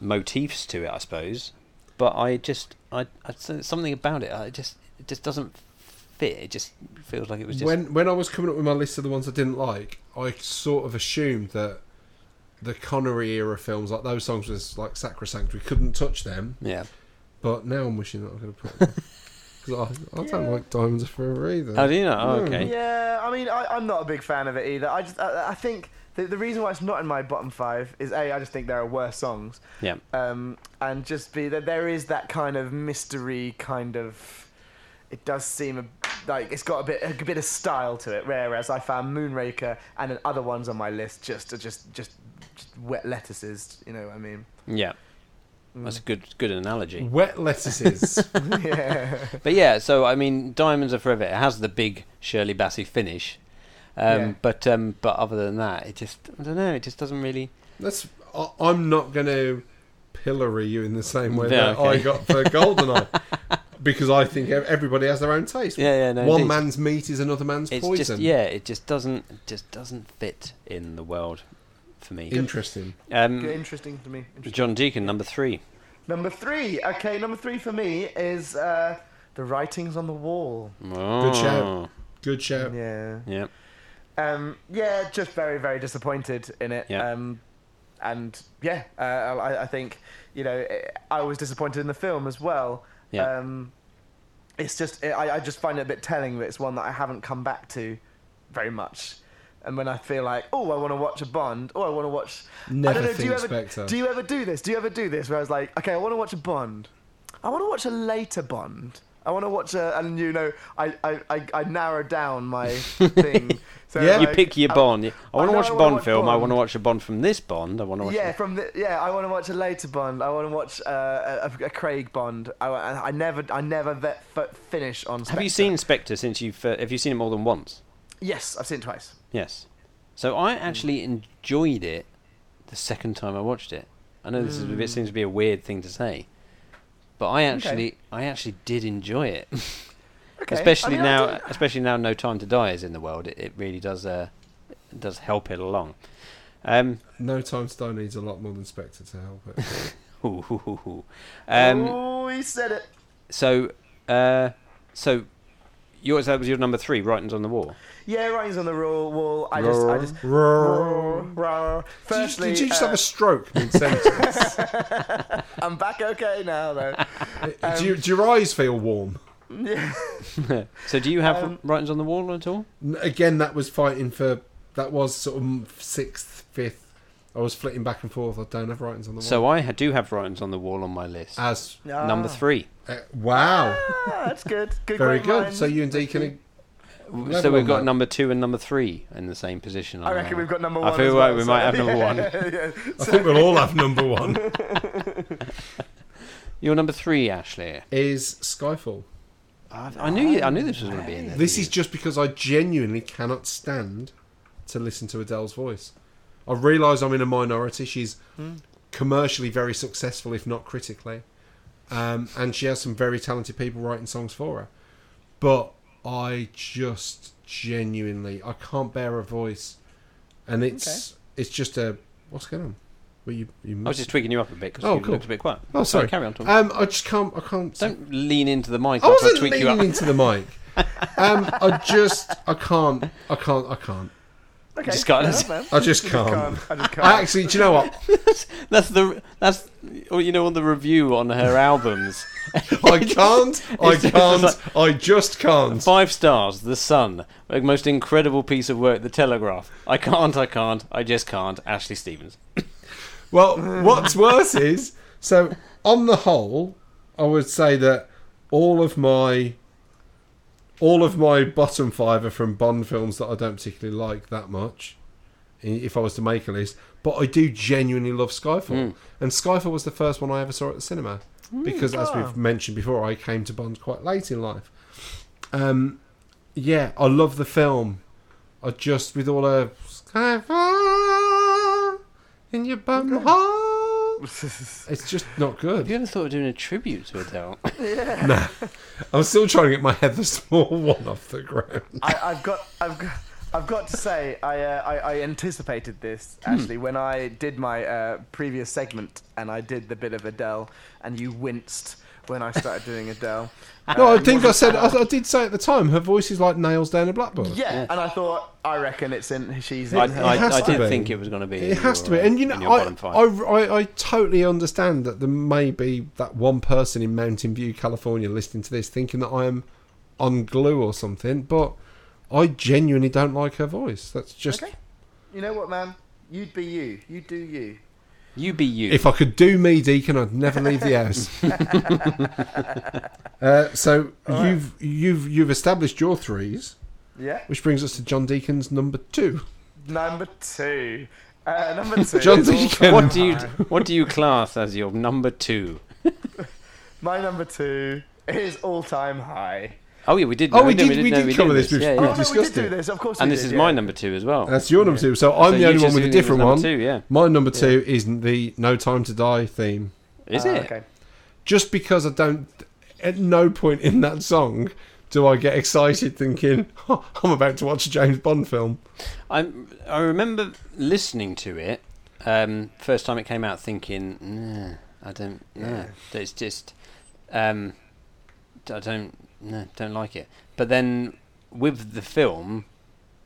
motifs to it, I suppose. But I just I, I so- something about it. I just it just doesn't fit. It just feels like it was just
when when I was coming up with my list of the ones I didn't like, I sort of assumed that the Connery era films, like those songs, was like sacrosanct. We couldn't touch them.
yeah.
But now I'm wishing that I could have put. them. 'Cause I, I don't like Diamonds Are Forever either.
How do you know? Oh, okay.
Yeah. I mean, I, I'm not a big fan of it either. I just, I, I think the, the reason why it's not in my bottom five is a, I just think there are worse songs,
Hmm.
Yeah.
um, and just b, that there is that kind of mystery kind of. It does seem a, like it's got a bit a bit of style to it. Whereas I found Moonraker and then other ones on my list just are just just, just wet lettuces. You know what I mean?
Yeah. That's a good good analogy.
Wet lettuces.
yeah.
But yeah, so I mean, Diamonds Are Forever. It has the big Shirley Bassey finish, um,
Yeah.
but um, but other than that, it just I don't know. It just doesn't really.
That's. I, I'm not going to pillory you in the same way
Yeah,
that
okay.
I got for Goldeneye, because I think ev- everybody has their own taste.
Yeah, yeah, no.
One
indeed.
man's meat is another man's
it's
poison.
just yeah it just doesn't it just doesn't fit in the world for me
Interesting.
Good,
um
Interesting to me. Interesting.
john deacon number three
Number three. Okay, number three for me is uh, the writings on the wall.
oh,
shout. Good shout.
Yeah.
yeah
Um, yeah, just very, very disappointed in it.
Yeah.
Um, and yeah, uh, I, I think you know eh, I was disappointed in the film as well.
Yeah.
Um, it's just eh, I, I just find it a bit telling that it's one that I haven't come back to very much. And when I feel like, oh, I want to watch a Bond, oh, I want to watch. I
Never
don't know, do
think
you ever
Spectre.
do you ever do this? Do you ever do this? Where I was like, okay, I want to watch a Bond. I want to watch a later Bond. I want to watch a, and you know, I, I, I, I narrow down my thing. So
Yeah.
you
like,
pick your
I-
Bond. You- I
I
want to
know
watch
I
a
wanna
Bond
watch
film. I
Bond.
want to watch a Bond from this Bond. I want to watch.
Yeah,
a-
from the yeah, I want to watch a later Bond. I want to watch uh, a, a Craig Bond. I, I I never, I never ve- f- finish on. Spectre.
Have you seen Spectre since you've? Uh, have you seen it more than once?
Yes, I've seen it twice.
Yes. So I
Mm.
actually enjoyed it the second time I watched it. I know this is a
Mm.
bit, seems to be a weird thing to say, but I actually I actually did enjoy it.
Okay.
especially
I mean, I
now,
don't-
especially now, No Time to Die is in the world. It, it really does uh, it does help it along. Um,
No Time to Die needs a lot more than Spectre to help it.
hoo, hoo, hoo, hoo. um
Ooh, Oh, he said it.
so uh, so yours that was your number three, writings on the wall.
Yeah, writing's on the raw wall. I just, I just.
Roar.
Raw.
Did you-
Firstly,
did you just
uh,
have a stroke mid sentence?
I'm back okay now though.
do, you- do your eyes feel warm?
yeah.
So do you have
Um,
writings on the wall at all?
N- Again, that was fighting for. That was sort of sixth, fifth. I was flitting back and forth. I don't have writings on the wall.
So I ha- do have writings on the wall on my list.
Uh,
as
number
Ah.
three.
uh, wow,
Ah, that's good. Good.
very
great
good.
minds.
So you and Deacon,
so
Level
we've
on
got
that.
number two and number three in the same position.
I
on
reckon
our-
we've got number one.
I feel
as
like
well,
we
so-
might have number one.
yeah, yeah.
I think we'll all have number one.
Your number three, Ashley.
Is Skyfall.
I, I knew you, I knew this was going to be in there.
This is just because I genuinely cannot stand to listen to Adele's voice. I realise I'm in a minority. She's
Hmm.
commercially very successful, if not critically, um, and she has some very talented people writing songs for her. But I just genuinely I can't bear her voice, and it's it's just a what's going on? Well, you you
I was just tweaking you up a bit because
Oh,
you
cool.
looked a bit quiet.
oh sorry.
carry on. Tom.
Um, I just can't I can't
Don't lean into the mic.
I
I'll try to
wasn't
tweak
leaning
you up.
into the mic. Um, I just, I can't, I can't, I can't.
Okay.
Just got
fair
it.
enough, man.
I just
Just
can't.
I just can't.
I actually, do you know what?
That's the that's oh, you know on the review on her albums,
I can't, I
it's just
can't, I just can't.
five stars. The Sun, the most incredible piece of work. The Telegraph. I can't. I can't. I just can't. Ashley Stevens.
Well, what's worse is, so on the whole, I would say that all of my, all of my bottom five are from Bond films that I don't particularly like that much. i- If I was to make a list, but I do genuinely love Skyfall, and Skyfall was the first one I ever saw at the cinema because, as
Ah.
we've mentioned before, I came to Bond quite late in life. Um, yeah, I love the film. I just with all her Skyfall in your bum hole. It's just not
Have you
good.
ever thought of doing a tribute to Adele?
I'm still trying to get my Heather Small one off the ground.
I, I've got, I've got, I've got to say, I, uh, I, I anticipated this
Hmm.
actually when I did my uh, previous segment and I did the bit of Adele, and you winced when I started doing Adele.
No, Oh, I
Um,
think I said I, I did say at the time her voice is like nails down a blackboard.
Yeah, and I thought, I reckon it's in. She's in.
I,
her-
I,
has
I
to
did
be.
think it was going to be. in
It has
your,
to be,
uh,
and you
in
know,
your
I,
bottom five.
I, I, I totally understand that there may be that one person in Mountain View, California, listening to this, thinking that I am on glue or something. But I genuinely don't like her voice. That's just
Okay. you know what, man? You'd be you. You do you.
you be you.
If I could do me, Deacon, I'd never leave the house. uh, so you've you've you've established your threes,
Yeah.
which brings us to John Deacon's number two.
Number two. Uh, number two.
John
is all
Deacon.
time
what do you
high.
what do you class as your number two?
My number two is all time high.
Oh yeah, we did.
Oh,
no,
we
no,
did- we
no,
did cover this
Yeah,
before. Uh,
yeah.
Oh, no, we did
discussed
do
it.
this. Of course
And
we
this
did,
is
yeah.
my number two as well.
That's your number two. So I'm
So
the
you
only
just
one with a
think it was
different
number
one.
Two, yeah.
My number two is the No Time to Die theme,
Is
Ah,
it?
Okay.
just because I don't. At no point in that song do I get excited thinking "Oh, I'm about to watch a James Bond film.
I I remember listening to it um, first time it came out, thinking, nah, I don't, nah, it's just, um, I don't, nah, don't like it. But then with the film,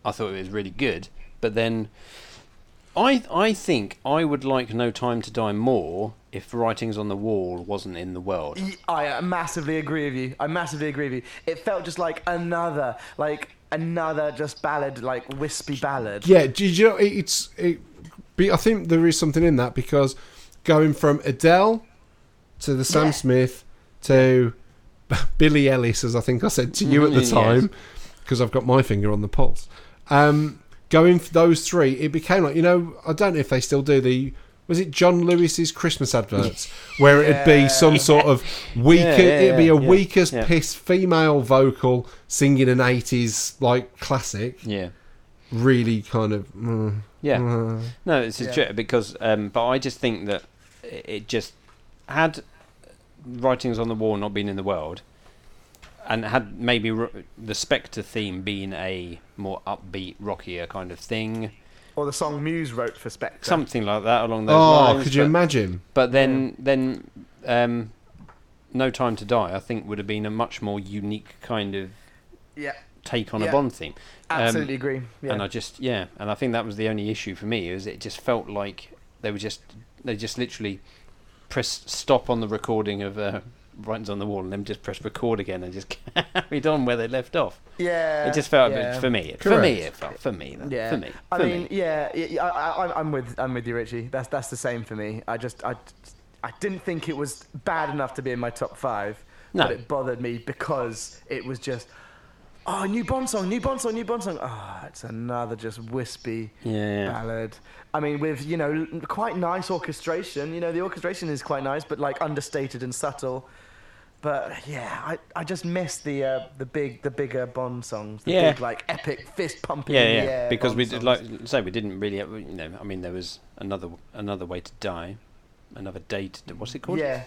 I thought it was really good. But then, I I think I would like No Time to Die more if Writings on the Wall wasn't in the world.
Y- I uh, massively agree with you. I massively agree with you. It felt just like another, like another just ballad, like wispy ballad.
Yeah, do you know, it- it's it, be, I think there is something in that because going from Adele to the Sam
Yeah.
Smith to Billy Ellis, as I think I said to you at the
Mm-hmm. Yes.
time, because I've got my finger on the pulse. Um, going for those three, it became like you know I don't know if they still do the was it John Lewis's Christmas adverts where it'd be some sort of weaker
Yeah, yeah,
it'd be a
yeah,
weak as
yeah.
piss female vocal singing an eighties like classic,
Yeah.
really kind of mm,
Yeah.
mm.
No, it's a
Yeah.
joke because, um, but I just think that i- it just had writings on the wall not been in the world, and had maybe ro- the Spectre theme been a more upbeat, rockier kind of thing,
Or the song Muse wrote for Spectre.
something like that along those
Oh,
lines.
could you
but,
imagine?
but then, then, um, No Time to Die, I think, would have been a much more unique kind of
Yeah,
take on a
Yeah.
Bond theme. Um,
absolutely agree. Yeah.
and I just yeah, and I think that was the only issue for me is it just felt like they were just they just literally pressed stop on the recording of uh, writings on the wall and then just pressed record again and just carried on where they left off.
yeah.
It just felt a bit-
yeah.
for me. For me,
Correct.
it felt for me. That,
Yeah.
for me.
I
for
mean,
me.
yeah, y- y- I, am with I'm with you, Richie. That's that's the same for me. I just I, I didn't think it was bad enough to be in my top five,
No.
but it bothered me because it was just. Oh, new Bond song, new Bond song, new Bond song. Oh, it's another just wispy
Yeah.
ballad. I mean, with, you know, l- quite nice orchestration. You know, the orchestration is quite nice, but like understated and subtle. But yeah, I, I just miss the uh, the big the bigger Bond songs. The
Yeah.
big, like epic fist pumping.
Yeah,
in
yeah,
the air
because
Bond
we did,
songs.
like say we didn't really, have- you know. I mean, there was another another way to die, another day to what's it called?
Yeah.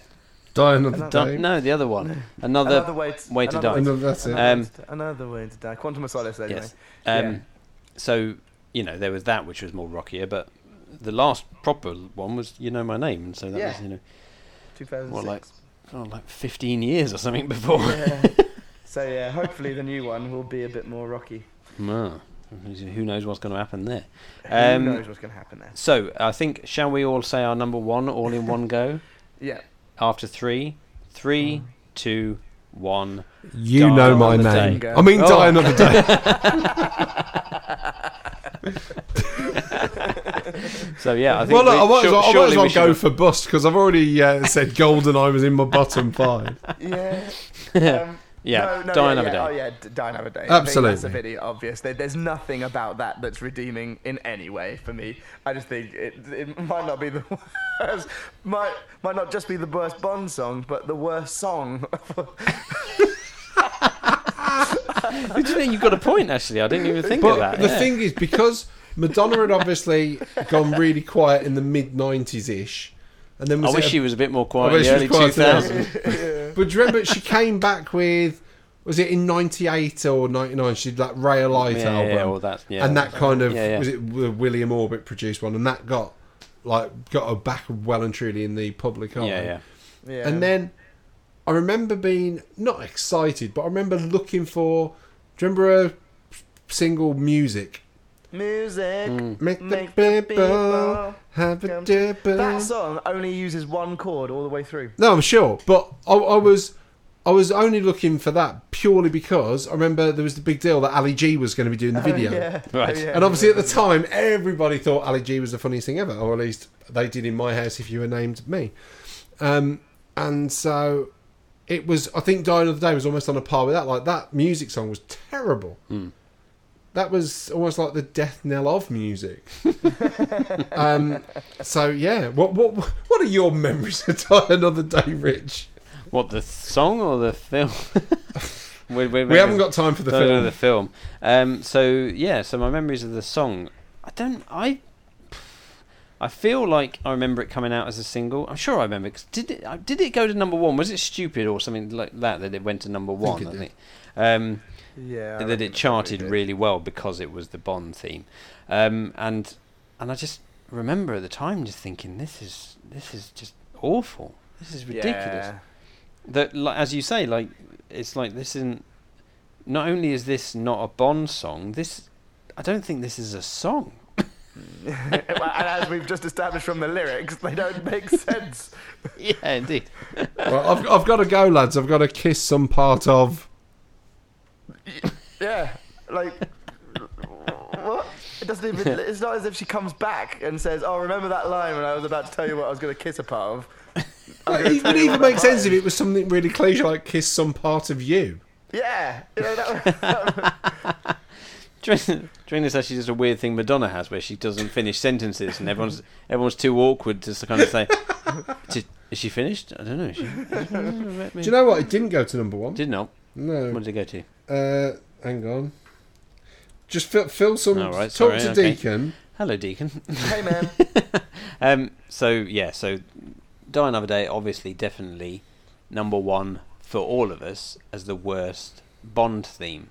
Die another
Another-
Di-
day.
no, the other one, another,
Another way to,
way to die.
Another- that's it.
Um,
way to- another way to die. Quantum of Solace, anyway.
Yes. Um,
Yeah.
So, you know, there was that which was more rockier, but the last proper one was You Know My Name. And so that
Yeah.
was, you know,
2006.
what, like, oh, like 15 years or something before.
yeah. So yeah, hopefully the new one will be a bit more rocky.
Wow. Who knows what's going to happen there?
Um,
Um,
Who knows what's going to happen there?
So, I think, shall we all say our number one all in one go?
Yeah.
After three, three,
Oh.
two, one.
You
Die
know my
Another
name.
Day.
I mean,
Oh.
die another day.
So, yeah, I think.
well,
we-
look,
sur-
I might as well, I might
surely
as
we
well
should
go
have-
for bust because I've already uh, said Goldeneye was in my bottom five.
Yeah. Um,
Yeah,
No, no,
Die
yeah,
Another
yeah,
Day.
Oh yeah, d- die another day. I think That's
Absolutely.
a pretty obvious. There, there's nothing about that that's redeeming in any way for me. I just think it, it might not be the worst, might might not just be the worst Bond song, but the worst song.
Did you know you got a point, actually? I didn't even think
But
of that.
the
yeah.
thing is, because Madonna had obviously gone really quiet in the mid '90s ish, and then
I
was
wish
it a-
she was a bit more
I
quiet in
wish
the
she was
early
quiet to that.
2000s.
But do you remember she came back with was it in '98 or '99? She did that Ray of Light
Yeah,
album,
yeah, well, that's- yeah,
and that kind of
Yeah, yeah.
was it the William Orbit produced one, and that got like got her back well and truly in the public eye.
Yeah, yeah.
yeah.
And then I remember being not excited, but I remember looking for. Do you remember a single music?
music.
Make,
Make
the
the
people
people
have a
come-
double.
That song only uses one chord all the way through.
No, I'm sure, but I, I was. I was only looking for that purely because I remember there was the big deal that Ali G was going to be doing the video.
Yeah.
Right.
Oh, yeah.
And obviously at the time, everybody thought Ali G was the funniest thing ever, or at least they did in my house if you were named me. Um, and so it was, I think Die Another Day was almost on a par with that. Like that music song was terrible.
Hmm.
That was almost like the death knell of music. um, so yeah, what what what are your memories of Die Another Day, Rich?
What the song or the film? we,
We haven't got time for the
no, no,
film.
the film. Um, so yeah, so my memories of the song. I don't. I. I feel like I remember it coming out as a single. I'm sure I remember. 'cause did it? uh, Did it go to number one? Was it stupid or something like that that it went to number one?
it
I
did.
think. Um,
yeah. I
that it
reckon it
charted
probably did.
really well because it was the Bond theme, um, and and I just remember at the time just thinking this is this is just awful. This is ridiculous.
Yeah.
that li- as you say like it's like this isn't not only is this not a bond song this i don't think this is a song
Well, and as we've just established from the lyrics, they don't make sense.
yeah indeed
Well, I've I've got to go, lads. I've got to kiss some part of.
Yeah, like what? It doesn't even. It's not as if she comes back and says, "Oh, remember that line when I was about to tell you what I was going to kiss a part of."
Like, it would even make sense if it was something really cliche like kiss some part of you.
Yeah, you know, that,
During, during this, actually, just a weird thing Madonna has where she doesn't finish sentences, and everyone's everyone's too awkward to kind of say, "Is- "Is she finished?" I don't know. She,
Do you know what? It didn't go to number one.
mm. Did not. What
No.
did it go to?
Uh, hang on. Just fill, fill some.
All right,
talk
sorry,
to
okay.
Deacon.
Hello, Deacon.
hey man,
Um, so yeah, so Die Another Day, obviously, definitely number one for all of us as the worst Bond theme,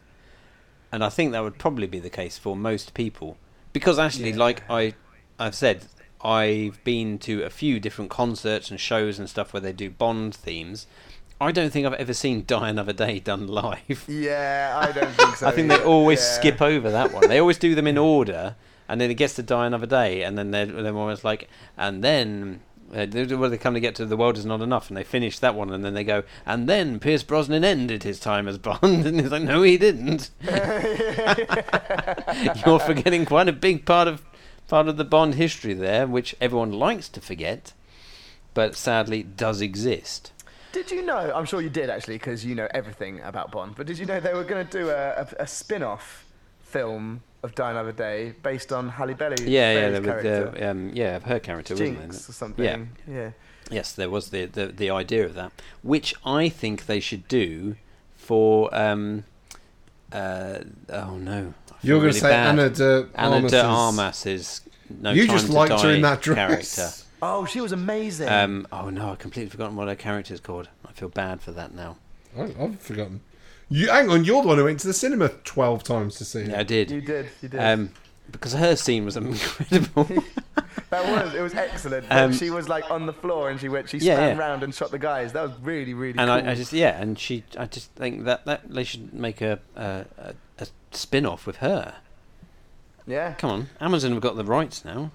and I think that would probably be the case for most people because actually, like I, I've said, I've been to a few different concerts and shows and stuff where they do Bond themes. I don't think I've ever seen Die Another Day done live.
yeah, I don't think so.
I think they always
Yeah.
skip over that one. They always do them in order, and then it gets to die another day, and then they're, they're always like, and then. Uh, they- well, they come to get to the world is not enough, and they finish that one, and then they go, and then Pierce Brosnan ended his time as Bond, and he's like, no, he didn't. You're forgetting quite a big part of part of the Bond history there, which everyone likes to forget, but sadly does exist.
Did you know? I'm sure you did actually, because you know everything about Bond. But did you know they were going to do a, a, a spin-off film of Die Another Day based on Halle Berry?
Yeah, yeah,
Berry's
there was,
character,
uh, um, yeah, her character, wasn't
Jinx
it?
or something. Yeah. yeah.
Yes, there was the, the, the idea of that, which I think they should do for. Um, uh, oh no, I feel
You're going
really
to say
bad.
Anna de
Anna de
Armas.
Armas's no
You
Time
just
to
liked her
Die
in that dress.
character.
Oh, she was amazing.
Um, oh no, I've completely forgotten what her character's called. I feel bad for that now.
I, I've forgotten. You hang on. You're the one who went to the cinema twelve times to see it.
Yeah, I did.
you did. You did.
Um, because her scene was incredible.
that was. It was excellent.
um,
she was like on the floor and she went. She
Yeah,
spun
yeah.
round and shot the guys. That was really, really.
and
cool.
I, I just yeah, and she, I just think that, that they should make a a, a, a spin off with her.
yeah.
Come on, Amazon have got the rights now.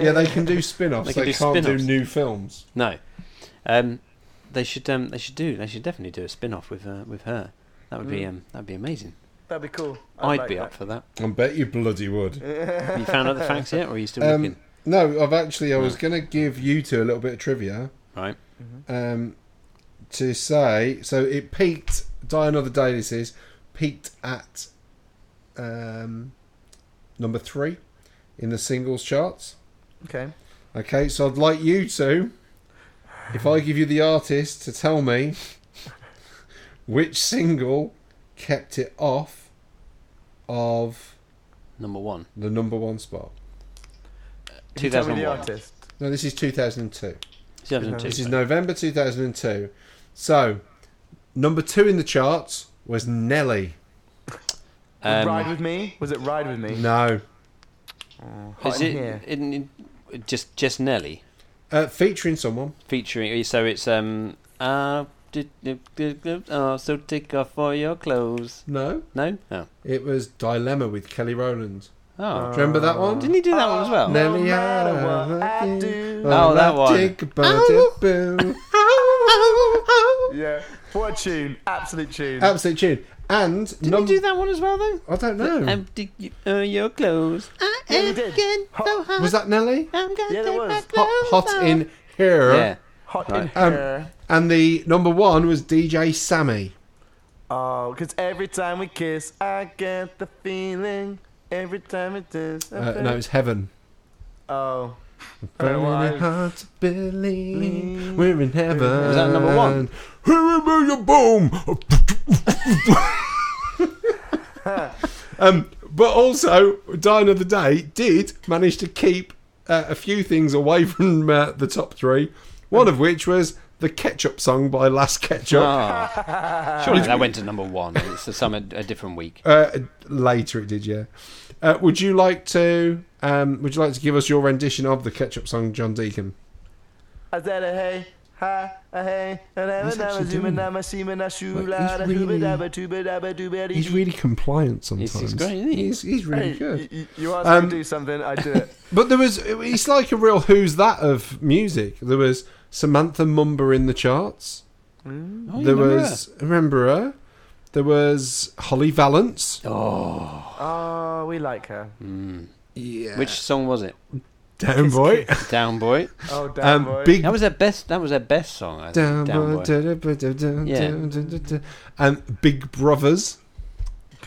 Yeah, they can do spin-offs.
They
They,
can do
can't
spin-offs.
do new films.
No, um, they should. Um, they should do. They should definitely do a spin-off with uh, with her. That would be. Um, that'd be amazing.
That'd be cool.
I'd,
Mm. like
be
that.
up for that.
I bet you bloody would.
Have you found out the facts yet, or are you still
Um,
looking?
no, I've actually. I was going to give you two a little bit of trivia.
Right.
um, to say so it peaked die another day this is peaked at um, number three in the singles charts
Okay.
okay so i'd like you to if i give you the artist to tell me which single kept it off of
Number one,
the number one spot
You
two
Tell me
thousand
the
one,
artist.
no this is
two
2002
thousand
This is
two.
November 2002. So, number two in the charts was Nelly.
Um,
Ride with me. Was it Ride with me?
No.
Is
Hot in
it
here.
in, in, just just Nelly
Uh, featuring someone.
featuring? So it's um uh, did, did, did, did- oh, so take off all your clothes.
No.
No. Oh.
It was Dilemma with Kelly Rowland.
Oh.
Uh,
Do you remember that one?
Didn't he do that one as well?
Nelly,
No matter what I
think
do.
Oh, that
I
one.
think about it, boo.
Yeah. What a tune. Absolute tune.
Absolute tune. And
Did
num-
he do that one as well though?
I don't know.
Empty you- uh, your clothes. I
Yeah, he did.
getting
Hot-
hot.
was that Nelly?
I'm gonna
Yeah, there was.
Hot, hot
off.
in here.
Yeah.
Hot in
Right.
Um,
here.
And the number one was DJ Sammy.
Oh, 'cause every time we kiss, I get the feeling. Every time it is.
Uh, no, it's Heaven.
Oh. I don't know why.
Very hard to believe we're in heaven.
Was that number one?
Remember your boom. um, but also, Die Another Day did manage to keep uh, a few things away from uh, the top three. One of which was the Ketchup song by Last Ketchup.
Ah. Surely that went to number one. It's a, some a, a different week.
Uh, later it did, yeah. Uh, would you like to? Um, would you like to give us your rendition of the Ketchup song, John Deacon?
I said a hey. Hi, a hey. And I'm
He's actually doing it. Like, he's really- He's
a
really compliant sometimes.
he's great, isn't he?
He's, he's really good.
You asked me to
Um,
do something, I do it.
But there was, it's like a real who's that of music. There was Samantha Mumba in the charts.
Oh, you
there
remember
was, remember her? There was Holly Valance.
that? Oh.
Oh, we like her.
Yeah.
Which song was it?
Down boy.
Down boy.
Oh, damn
Um,
boy.
big
That was their best. That was their best song. I think.
down,
Down,
boy.
boy.
da- da- ba- da- da-
Yeah.
da- da- da- da. And Big Brothers.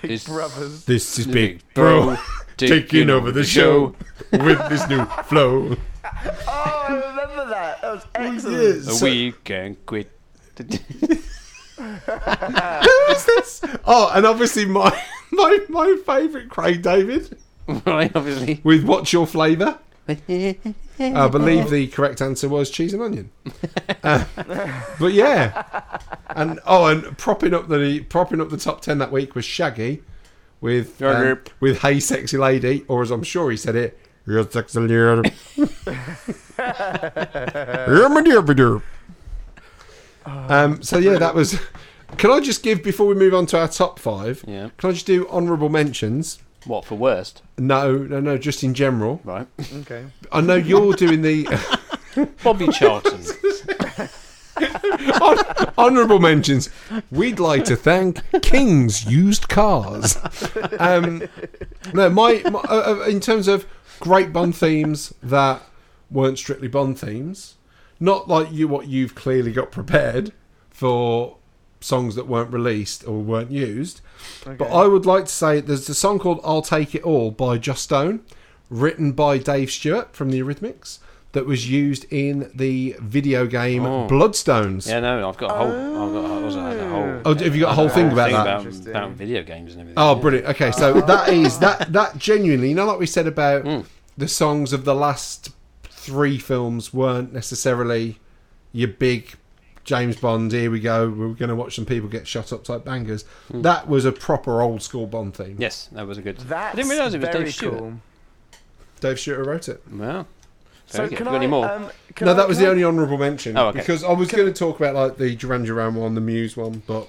Big
It's-
brothers.
This is
Big Bro
taking over the show with this new flow.
Oh, I remember that. That was excellent.
Oh, Yes.
we can quit.
Who's this? Oh, and obviously my my my favourite Craig David
right, obviously.
with What's Your Flavour?
That's
I believe the correct answer was cheese and onion. Uh, but yeah, and oh, and propping up the propping up the top ten that week was Shaggy with um,
Yerp.
with Hey Sexy Lady, or as I'm sure he said it, You're sexy lady. You're my dear, my dear. Um, so yeah, that was. Can I just give before we move on to our top five?
Yeah.
Can I just do honourable mentions?
what for worst,
No, no, no. Just in general.
right?
Okay.
I know you're doing the.
Bobby Charlton.
Hon- honorable mentions. We'd like to thank King's Used Cars. Um, no, my, my uh, uh, in terms of great Bond themes that weren't strictly Bond themes, not like you what you've clearly got prepared for songs that weren't released or weren't used. But I would like to say there's a song called "I'll Take It All" by Just Stone, written by Dave Stewart from the Eurythmics. That was used in the video game
Oh.
Bloodstones.
yeah, no, I've got a whole. I've got. I also had a whole.
Oh, have you got a whole thing about
thing
that?
about,
Interesting.
about video games and everything.
Oh, brilliant. Okay, so that is that that genuinely, you know, like we said about
Hmm.
the songs of the last three films weren't necessarily your big James Bond. Here we go. We're going to watch some people get shot up type bangers.
Hmm.
That was a proper old school Bond theme.
Yes, that was a good.
That's
I didn't realise it was
very
Dave Stewart.
cool.
Dave Shooter wrote it.
Wow.
So
Very good.
can
Got
I,
any more?
Um, can
no,
I-
that was
can
the
I-
only honourable mention
Oh, okay.
because I was going to talk about like the Duran Duran one, the Muse one, but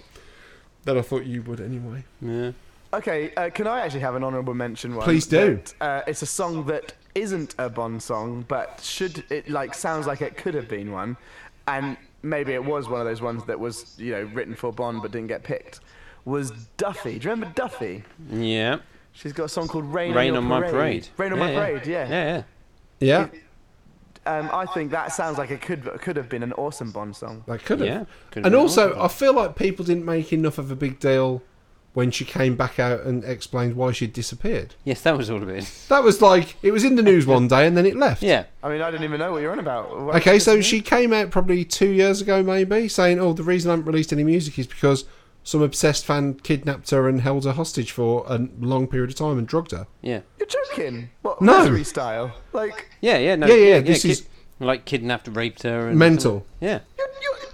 then I thought you would anyway.
yeah.
Okay, uh, can I actually have an honourable mention? One
Please do.
that, uh, it's a song that isn't a Bond song, but should it like sounds like it could have been one, and maybe it was one of those ones that was you know written for Bond but didn't get picked. Was Duffy? Do you remember Duffy?
Yeah.
She's got a song called "Rain,
Rain
Your
on my parade.
Rain on
yeah,
My
yeah.
Parade. Yeah.
Yeah, yeah.
Yeah,
Um, I think that sounds like it could could have been an awesome Bond song.
that could have.
Yeah, could have
and
been
also,
awesome.
I feel like people didn't make enough of a big deal when she came back out and explained why she'd disappeared.
Yes, that was all of it.
That was like it was in the news one day and then it left.
Yeah.
I mean, I didn't even know what you're on about. What-
Okay, so she came out probably two years ago, maybe, saying, "Oh, the reason I haven't released any music is because some obsessed fan kidnapped her and held her hostage for a long period of time and drugged her."
Yeah.
You're joking? What?
No.
Misery style? Like
Yeah, yeah, no,
Yeah, yeah, this
kid-
is-
like kidnapped, raped her, and
Mental.
Yeah,
you- you-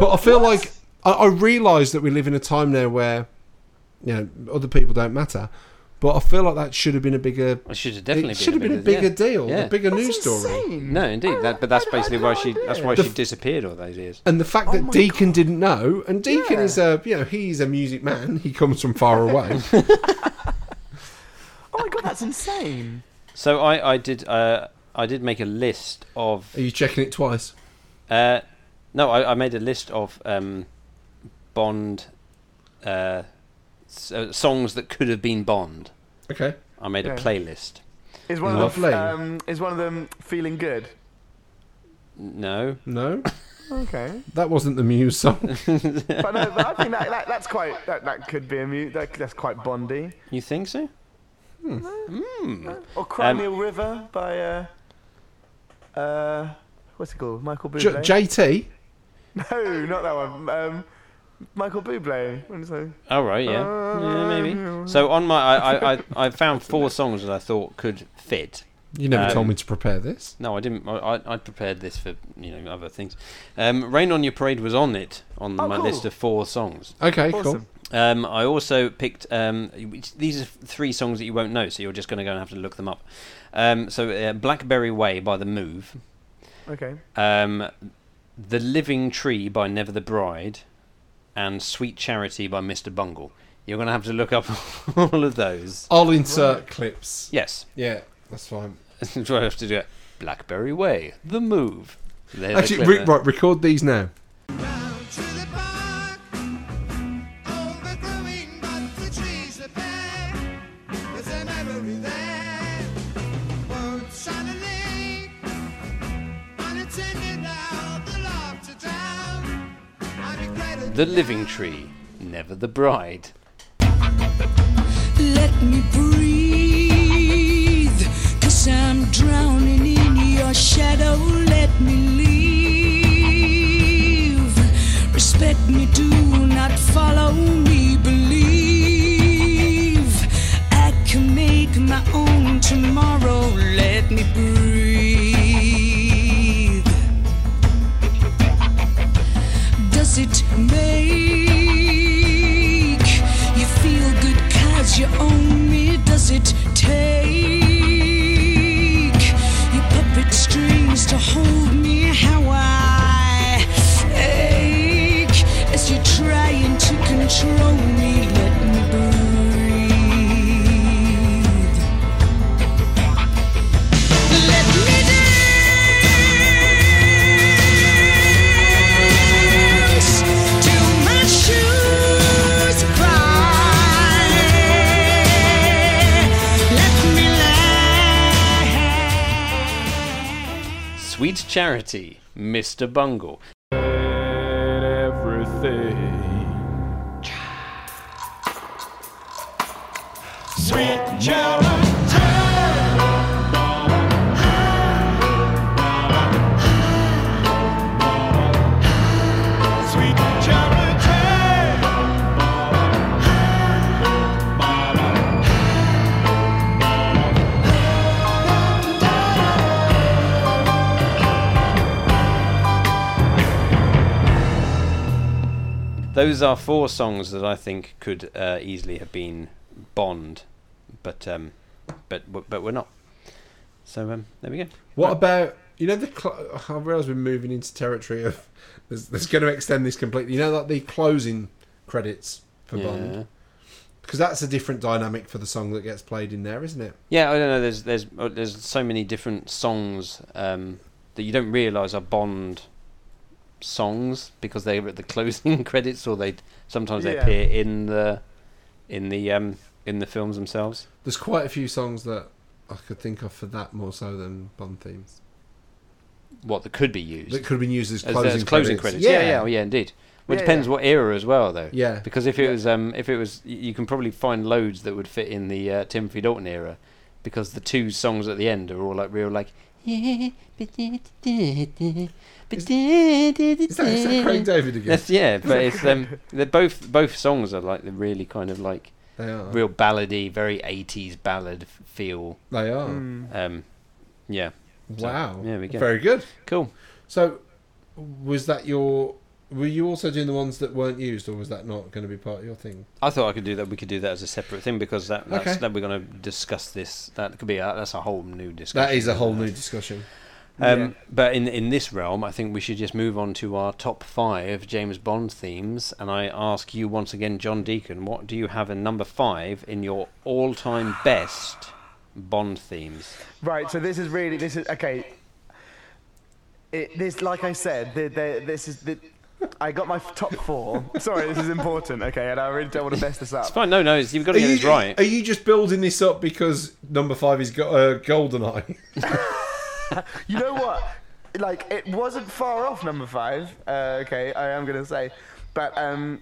But I feel like I, I realise that we live in a time now where, you know, other people don't matter. But I feel like that should have been a bigger.
it should have definitely
it should have been a
yeah.
bigger deal,
Yeah.
a bigger
that's
news story.
insane.
No, indeed, that, but that's
I- I
basically
had
why
no
she that's
idea.
why
The
she
f-
disappeared all those years.
And the fact that
Oh my
Deacon didn't know, and Deacon
Yeah.
is a, you know, he's a music man. He comes from far away.
Oh my god, that's insane.
So I I did uh I did make a list of
Are you checking it twice?
uh no I, I made a list of um Bond uh s- uh, songs that could have been Bond.
Okay.
I made a
Yeah.
playlist.
Is one
Lovely.
of them um, is one of them feeling good?
No,
No,
Okay,
that wasn't the Muse song.
but no, but I think that, that that's quite that, that could be a mute. That, that's quite Bondy.
you think so? Hmm.
Or Cranial River by uh, uh, what's it called? Michael
J-
Bublé.
JT.
no, not that one. Um, Michael Bublé. What is it?
All right, yeah, yeah, maybe. So on my, I, I, I, I found four songs that I thought could fit.
You never
Um,
told me to prepare this.
No, I didn't. I, I- I prepared this for you know other things. Um, "Rain on Your Parade" was on it on
Oh,
my
cool.
list of four songs.
Okay,
Awesome.
Um, I also picked. Um, which- these are three songs that you won't know, so you're just going to go and have to look them up. Um, so, uh, "Blackberry Way" by The Move,
Okay.
um, "The Living Tree" by Never the Bride, and "Sweet Charity" by Mr. Bungle. You're going to have to look up all of those.
cool. I'll insert clips.
Yes,
Yeah, that's fine.
do I have to do it? "Blackberry Way," "The Move." There's a
Actually,
clip
re-
there.
right, record these now.
Round to the park, overgrowing, but the trees are bare. There's a memory there. Won't suddenly
the living tree, never the bride.
Let me breathe, cause I'm drowning in your shadow. Let me leave. Respect me, do not follow me. Believe I can make my own tomorrow. Let me breathe. Does it make you feel good cause you own me? Does it take your puppet strings to hold me? How I ache as you're trying to control me. Let me breathe. Let me dance till my shoes cry. Let me lie.
Sweet Charity, Mr. Bungle. Those are four songs that I think could uh, easily have been Bond, but um, but w- but we're not. So um, there we go.
What about you know the? Cl- oh, I realise we're moving into territory of that's, that's going to extend this completely. You know, like the closing credits for
Yeah.
Bond, because that's a different dynamic for the song that gets played in there, isn't it?
Yeah, I don't know. There's there's uh, there's so many different songs um, that you don't realise are Bond songs because they were at the closing credits, or they sometimes they
Yeah.
appear in the in the um, in the films themselves.
There's quite a few songs that I could think of for that more so than Bond themes
What that could be used
that could have been used as
as
closing,
as closing credits. Yeah, yeah, oh, yeah, indeed. Well, it
Yeah,
depends
yeah.
what era as well, though.
Yeah.
Because if it was um, if it was, y- you can probably find loads that would fit in the uh, Timothy Dalton era, because the two songs at the end are all like real like. Yeah, but
Is that, is that Craig David again?
That's yeah, but it's um, they're both both songs are like the really kind of like
They are.
real ballady, very eighties ballad f- feel.
They are.
Hmm.
Um, yeah,
Wow.
there we go.
Very good.
cool.
So, was that your? Were you also doing the ones that weren't used, or was that not going to be part of your thing?
I thought I could do that. We could do that as a separate thing because that that's,
Okay.
that we're going to discuss this. That could be a, that's a whole new discussion.
That is a whole new discussion.
Um,
Yeah.
But in in this realm, I think we should just move on to our top five James Bond themes. And I ask you once again, John Deacon, what do you have in number five in your all time best Bond themes?
Right. So this is really this is okay. It, this, like I said, the, the, this is the. I got my f- top four. Sorry, this is important. Okay, and I really don't want to mess this
It's
up.
fine. No, no, it's, you've got to get this right.
Are you just building this up because number five is go- uh, Goldeneye?
You know what? Like it wasn't far off number five. Uh, okay, I am gonna say, but um,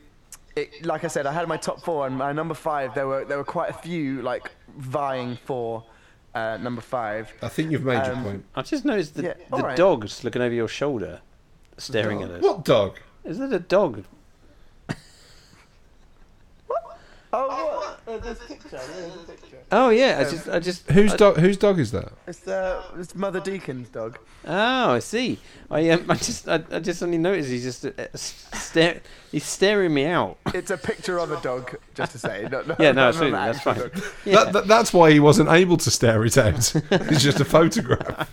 it, like I said, I had my top four and my number five. There were there were quite a few like vying for uh, number five.
I think you've made your
Um,
point.
I've just noticed the,
Yeah,
the
alright.
dog's looking over your shoulder, staring at us.
What dog?
Is that a dog?
Oh, what? Uh, this picture. This picture.
Oh yeah, I just, I just.
Whose dog? Whose dog is that?
It's uh, it's Mother Deacon's dog.
Oh, I see. I, um, I just, I, I just only noticed he's just uh, uh, s- stare. He's staring me out.
It's a picture of a dog, just to say. No, no,
Yeah, no,
not
absolutely,
an
that's
actual
fine.
dog.
Yeah.
That, that- That's why he wasn't able to stare it out. it's just a photograph.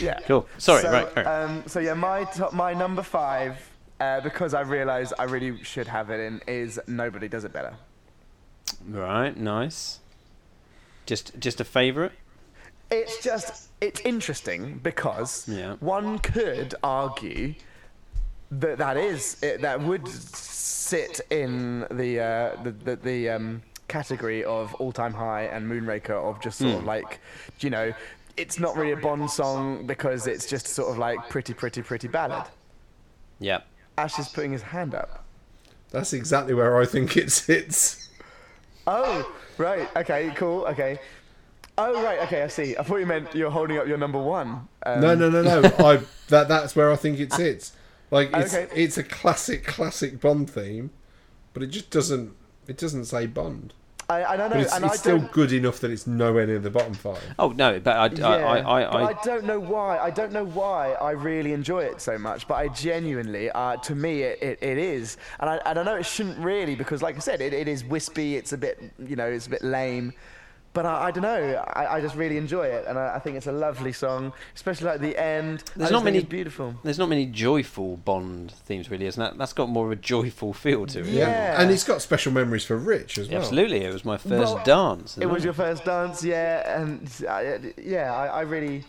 Yeah.
Cool. Sorry.
so,
right. Right.
Um, so yeah, my top, my number five, uh, because I realised I really should have it in, is nobody does it better.
right. Nice. Just, just a favourite.
It's just it's interesting because
Yeah.
one could argue that that is it, that would sit in the uh, the the, the um, category of all time high and Moonraker of just sort
Hmm.
of like you know it's not really a Bond song because it's just sort of like pretty pretty pretty ballad.
Yeah.
Ash is putting his hand up.
That's exactly where I think it sits.
Oh, right. Okay, cool. Okay. Oh, right. Okay, I see. I thought you meant you're holding up your number one. Um,
No, no, no, no. I that that's where I think it sits. Like it's
Okay.
it's a classic, classic Bond theme, but it just doesn't it doesn't say Bond.
I, I don't know.
But it's,
and
it's
I
still
don't,
good enough that it's nowhere near the bottom five.
Oh no, but I, I,
Yeah,
I,
but
I, I,
I don't know why. I don't know why I really enjoy it so much, but I genuinely, uh, to me, it, it, it is. And I, and I know it shouldn't really, because like I said, it, it is wispy, it's a bit, you know, it's a bit lame. But I, I don't know. I, I just really enjoy it, and I, I think it's a lovely song, especially like the end. I
there's
just
not
think
many
It's beautiful.
There's not many joyful Bond themes, really, isn't that? That's got more of a joyful feel to it.
Yeah.
and it's got special memories for Rich as well.
Absolutely, it was my first
Well,
dance.
It was your first dance, yeah, and I, yeah, I, I really,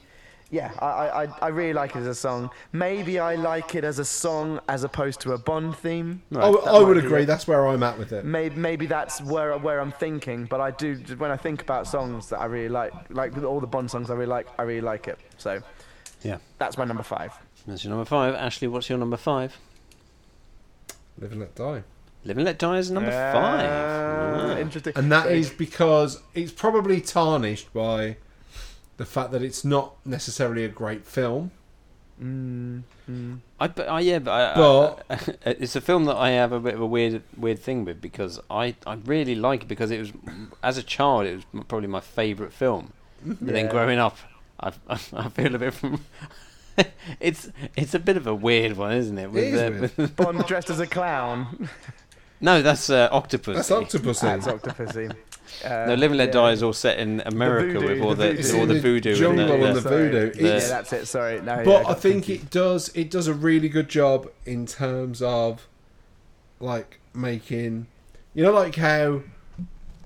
yeah, I, I, I- I really like it as a song. Maybe I like it as a song as opposed to a Bond theme.
I,
That
I would
might be
agree.
it.
That's where I'm at with it.
Maybe, maybe that's where where I'm thinking, but I do when I think about songs that I really like, like all the Bond songs I really like, I really like it. So
yeah.
that's my number five.
That's your number five. Ashley, what's your number five?
Live and let die.
Live and Let Die is number
Uh,
five. Right.
Interesting.
And that
So-
is because it's probably tarnished by the fact that it's not necessarily a great film.
I, but I, yeah, but, I,
But-
I- it's a film that I have a bit of a weird, weird thing with because I, I really like it because it was, as a child, it was m- probably my favourite film. But then
Yeah.
growing up, I, I, feel a bit from. it's, it's a bit of a weird one, isn't it?
is weird.
with-
Bond dressed as a clown.
no, that's uh, Octopus.
That's octopus.
that's Octopussy. Uh,
No, Live and Let
yeah.
Die is all set in America
voodoo,
with all
the
the,
voodoo.
It's
all
in
the
the
voodoo
jungle
and the,
and
the-
the voodoo.
Yeah,
It's-
that's it. Sorry, no. yeah, I
But I
got
think
confused.
it does it does a really good job in terms of like making you know like how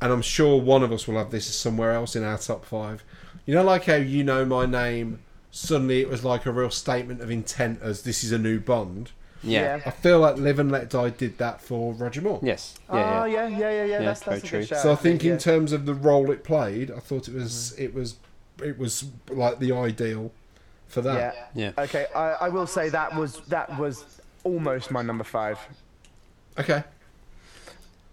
and I'm sure one of us will have this somewhere else in our top five. You know like how you know my name suddenly it was like a real statement of intent as this is a new bond.
yeah.
Yeah.
I feel like Live and Let Die did that for Roger Moore.
Yes.
oh
Yeah. yeah.
yeah, yeah, yeah, yeah. that's,
very
that's a
true.
good shout.
So I think
yeah. Mm-hmm.
in terms of the role it played, I thought it was it was it was like the ideal for that.
yeah.
Yeah.
Okay, I, I will say that was that was almost my number five.
Okay.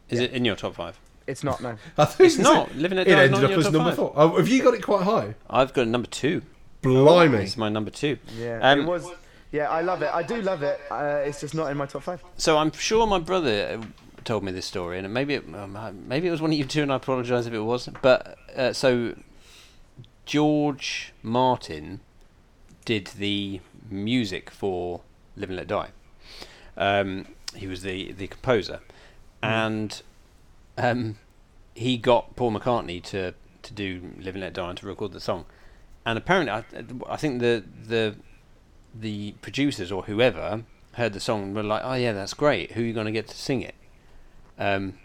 Is it in your top five?
It's not no.
I think
It's not. Live and Let
It
Die is
ended
not in
up
your
as
top
number
five.
four. Oh, have you got it quite high?
I've got number two.
Blimey.
It's my number two.
Yeah,
Um,
it was. Yeah, I love it. I do love it. Uh, it's just not in my top five.
So I'm sure my brother uh, told me this story, and maybe it, um, maybe it was one of you two, and I apologise if it was. But uh, so George Martin did the music for Live and Let Die. Um, he was the the composer, and um, he got Paul McCartney to to do Live and Let Die and to record the song. And apparently, I, I think the the the producers or whoever heard the song and were like, "Oh yeah, that's great. Who are you going to get to sing it?" Um,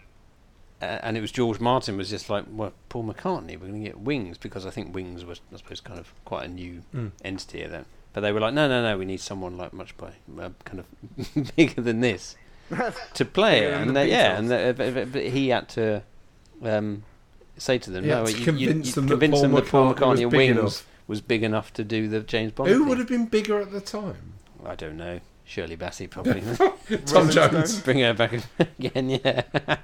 a- and it was George Martin was just like, "Well, Paul McCartney, we're going to get Wings because I think Wings was, I suppose, kind of quite a new
Hmm.
entity at then." But they were like, "No, no, no, we need someone like much by uh, kind of bigger than this to play it."
Bigger
And
than the
they, yeah,
Beatles.
and they, but, but- but he had to um, say to them,
Yeah,
"No,
to
you- you-
convince
you
them that
convince
Paul
them that Paul
McCartney was
McCartney
big
Wings
enough."
was big enough to do the James Bond."
Who
theme.
would have been bigger at the time?
I don't know. Shirley Bassey probably.
Tom
Rolling Stone.
Jones.
Bring her back again, yeah,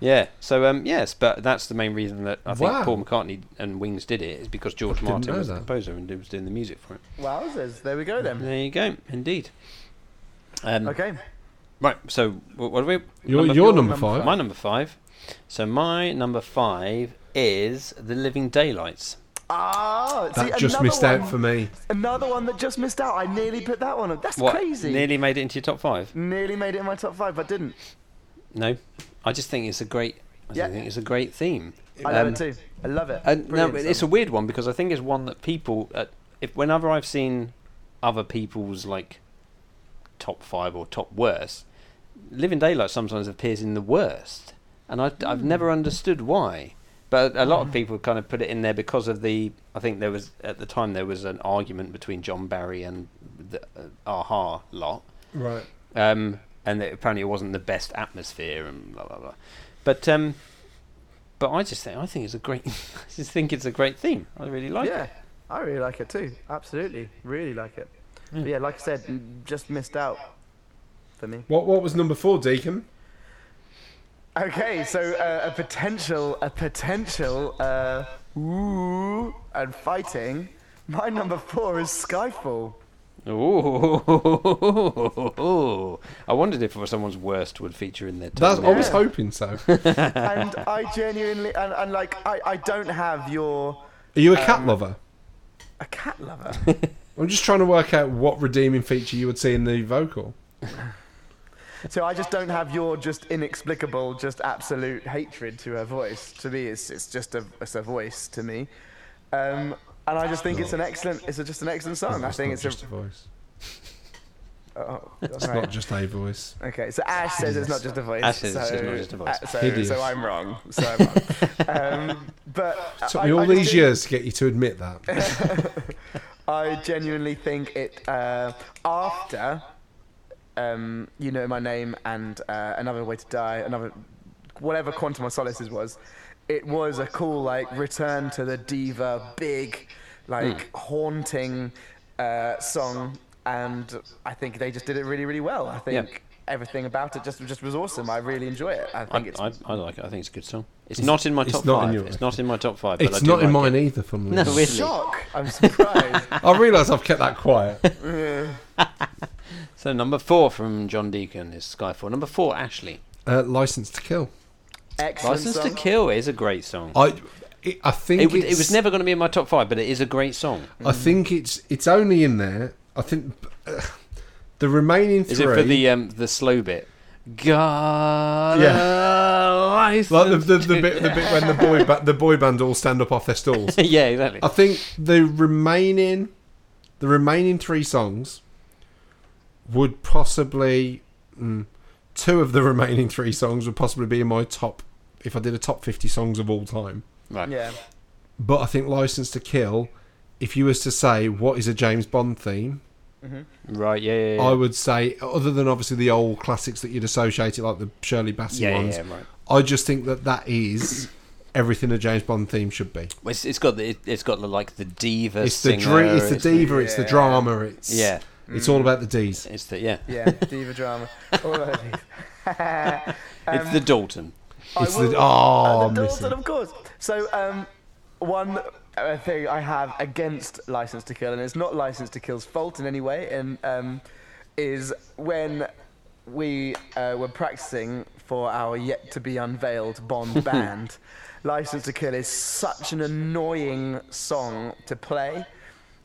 yeah. So um, yes, but that's the main reason that I think
Wow.
Paul McCartney and Wings did it is because George
didn't
Martin
know
was the
that.
composer and was doing the music for it.
Wowzers! There we go then.
There you go, indeed. Um,
Okay.
Right, so wh- what are we?
Your,
number-
number
your number five.
my number five. So my number five is The Living Daylights.
Ah, see,
that just
another
missed
one-
out for me.
Another one that just missed out. I nearly put that one. on. That's
What?
crazy. Mm.
Nearly made it into your top five.
Nearly made it in my top five, but didn't.
No, I just think it's a great. I just
Yeah.
think it's a great theme.
I love
Um,
it too. I love it.
And now
Brilliant
Uh, it's a
song.
weird one because I think it's one that people, uh, if whenever I've seen other people's like top five or top worst, Living Daylight sometimes appears in the worst, and I, have never understood why. But a lot of people kind of put it in there because of the. I think there was at the time there was an argument between John Barry and the uh, Aha lot,
Right.
um, and that apparently it wasn't the best atmosphere and blah blah blah. But um, but I just think I think it's a great I just think it's a great theme. I really like
yeah,
it.
I really like it too. Absolutely, really like it. But Yeah, like I said, m- just missed out for me.
What What was number four, Deacon?
Okay, so uh, a potential, a potential, uh, ooh, and fighting. My number four is Skyfall.
Ooh. I wondered if someone's worst would feature in their top.
That's, I was
Yeah.
hoping so.
and I genuinely, and, and like, I, I don't have your
Are you a cat
Um,
lover?
a cat lover.
I'm just trying to work out what redeeming feature you would see in the vocal.
so I just don't have your just inexplicable, just absolute hatred to her voice. To me, it's, it's just a, it's a voice to me. Um, and I just think it's an excellent, it's a, just an excellent song. I
It's
think
not
it's
just a,
a,
voice.
oh,
It's
right.
not just a voice.
Okay, so Ash says it's not just a voice.
Ash says it's
so-
not just a voice.
uh, so,
Hideous.
so I'm wrong. So I'm wrong. um, but
It took
I-
me all
I just
these
think-
years to get you to admit that.
I genuinely think it uh, after um, you know my name and uh, another way to die, another whatever Quantum of Solaces was. It was a cool like return to the diva, big, like
Hmm.
haunting uh, song, and I think they just did it really, really well. I think. Everything about it just just was awesome. I really enjoy it. I think
I,
it's
I, I like it. I think it's a good song. It's, not in my
it's
top
not in
five.
your-
It's not in my top five. But I
It's
do
not in
like
mine
it.
either, funnily
No,
enough.
really.
shock. I'm surprised.
I realise I've kept that quiet.
So number four from John Deacon is Skyfall. Number four, Ashley.
Uh, License to Kill.
Excellent
License to
song.
Kill is a great song.
I, it, I think
It, would, it
it's-
was never going to be in my top five, but it is a great song.
I think it's it's only in there. I think uh, the remaining three.
Is it for the um, the slow bit? God,
like the, the, the bit the bit when the boy ba- the boy band all stand up off their stools?
yeah, exactly.
I think the remaining the remaining three songs would possibly mm, two of the remaining three songs would possibly be in my top if I did a top fifty songs of all time.
Right.
Yeah.
But I think License to Kill, if you was to say what is a James Bond theme,
Right. Yeah. Yeah. yeah.
I would say other than obviously the old classics that you'd associate it like the Shirley Bassey
yeah,
ones.
yeah, yeah, right.
I just think that that is everything a James Bond theme should be.
Well, It's, it's got the it, it's got the like the diva.
It's the
singer,
dre- it's the diva, it's the
Yeah.
drama, it's
Yeah. Mm.
it's all about the D's.
It's the yeah.
Yeah, diva drama. All of these.
it's
Um,
the Dalton.
It's
I will-
the oh,
Uh, the
I'm
Dalton,
missing.
of course. So, um, one uh, thing I have against License to Kill, and it's not License to Kill's fault in any way, and um, is when we uh, were practicing for our yet to be unveiled Bond band. License to Kill is such an annoying song to play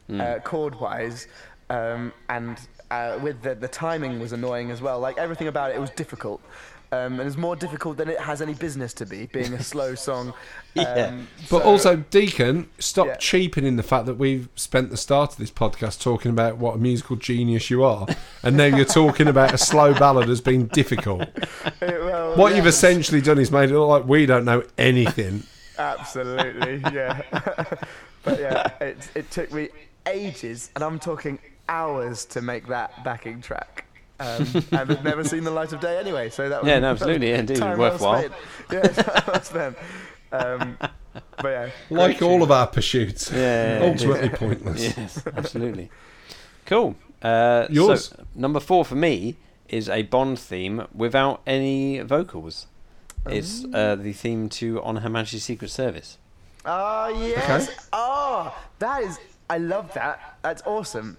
Mm.
uh, chord wise, um, and uh, with the, the timing was annoying as well. Like everything about it was difficult, um, and it was more difficult than it has any business to be, being a slow song. Um,
Yeah.
But
so-
also, Deacon, stop
Yeah.
cheapening the fact that we've spent the start of this podcast talking about what a musical genius you are, and now you're talking about a slow ballad as being difficult.
It- well,
What
yeah,
you've essentially done is made it look like we don't know anything.
absolutely, yeah. but yeah, it, it took me ages, and I'm talking hours to make that backing track. Um, and I've never seen the light of day anyway, so that was
Yeah, no, absolutely, yeah, indeed,
time well
worthwhile.
spent. Yeah, time well spent. Um, but yeah,
Like all of our pursuits,
Yeah, yeah, yeah.
ultimately pointless.
Yes, absolutely. Cool. Uh,
Yours.
So, number four for me is a Bond theme without any vocals. It's uh, the theme to On Her Majesty's Secret Service.
Oh, yes. Oh, that is. I love that. That's awesome.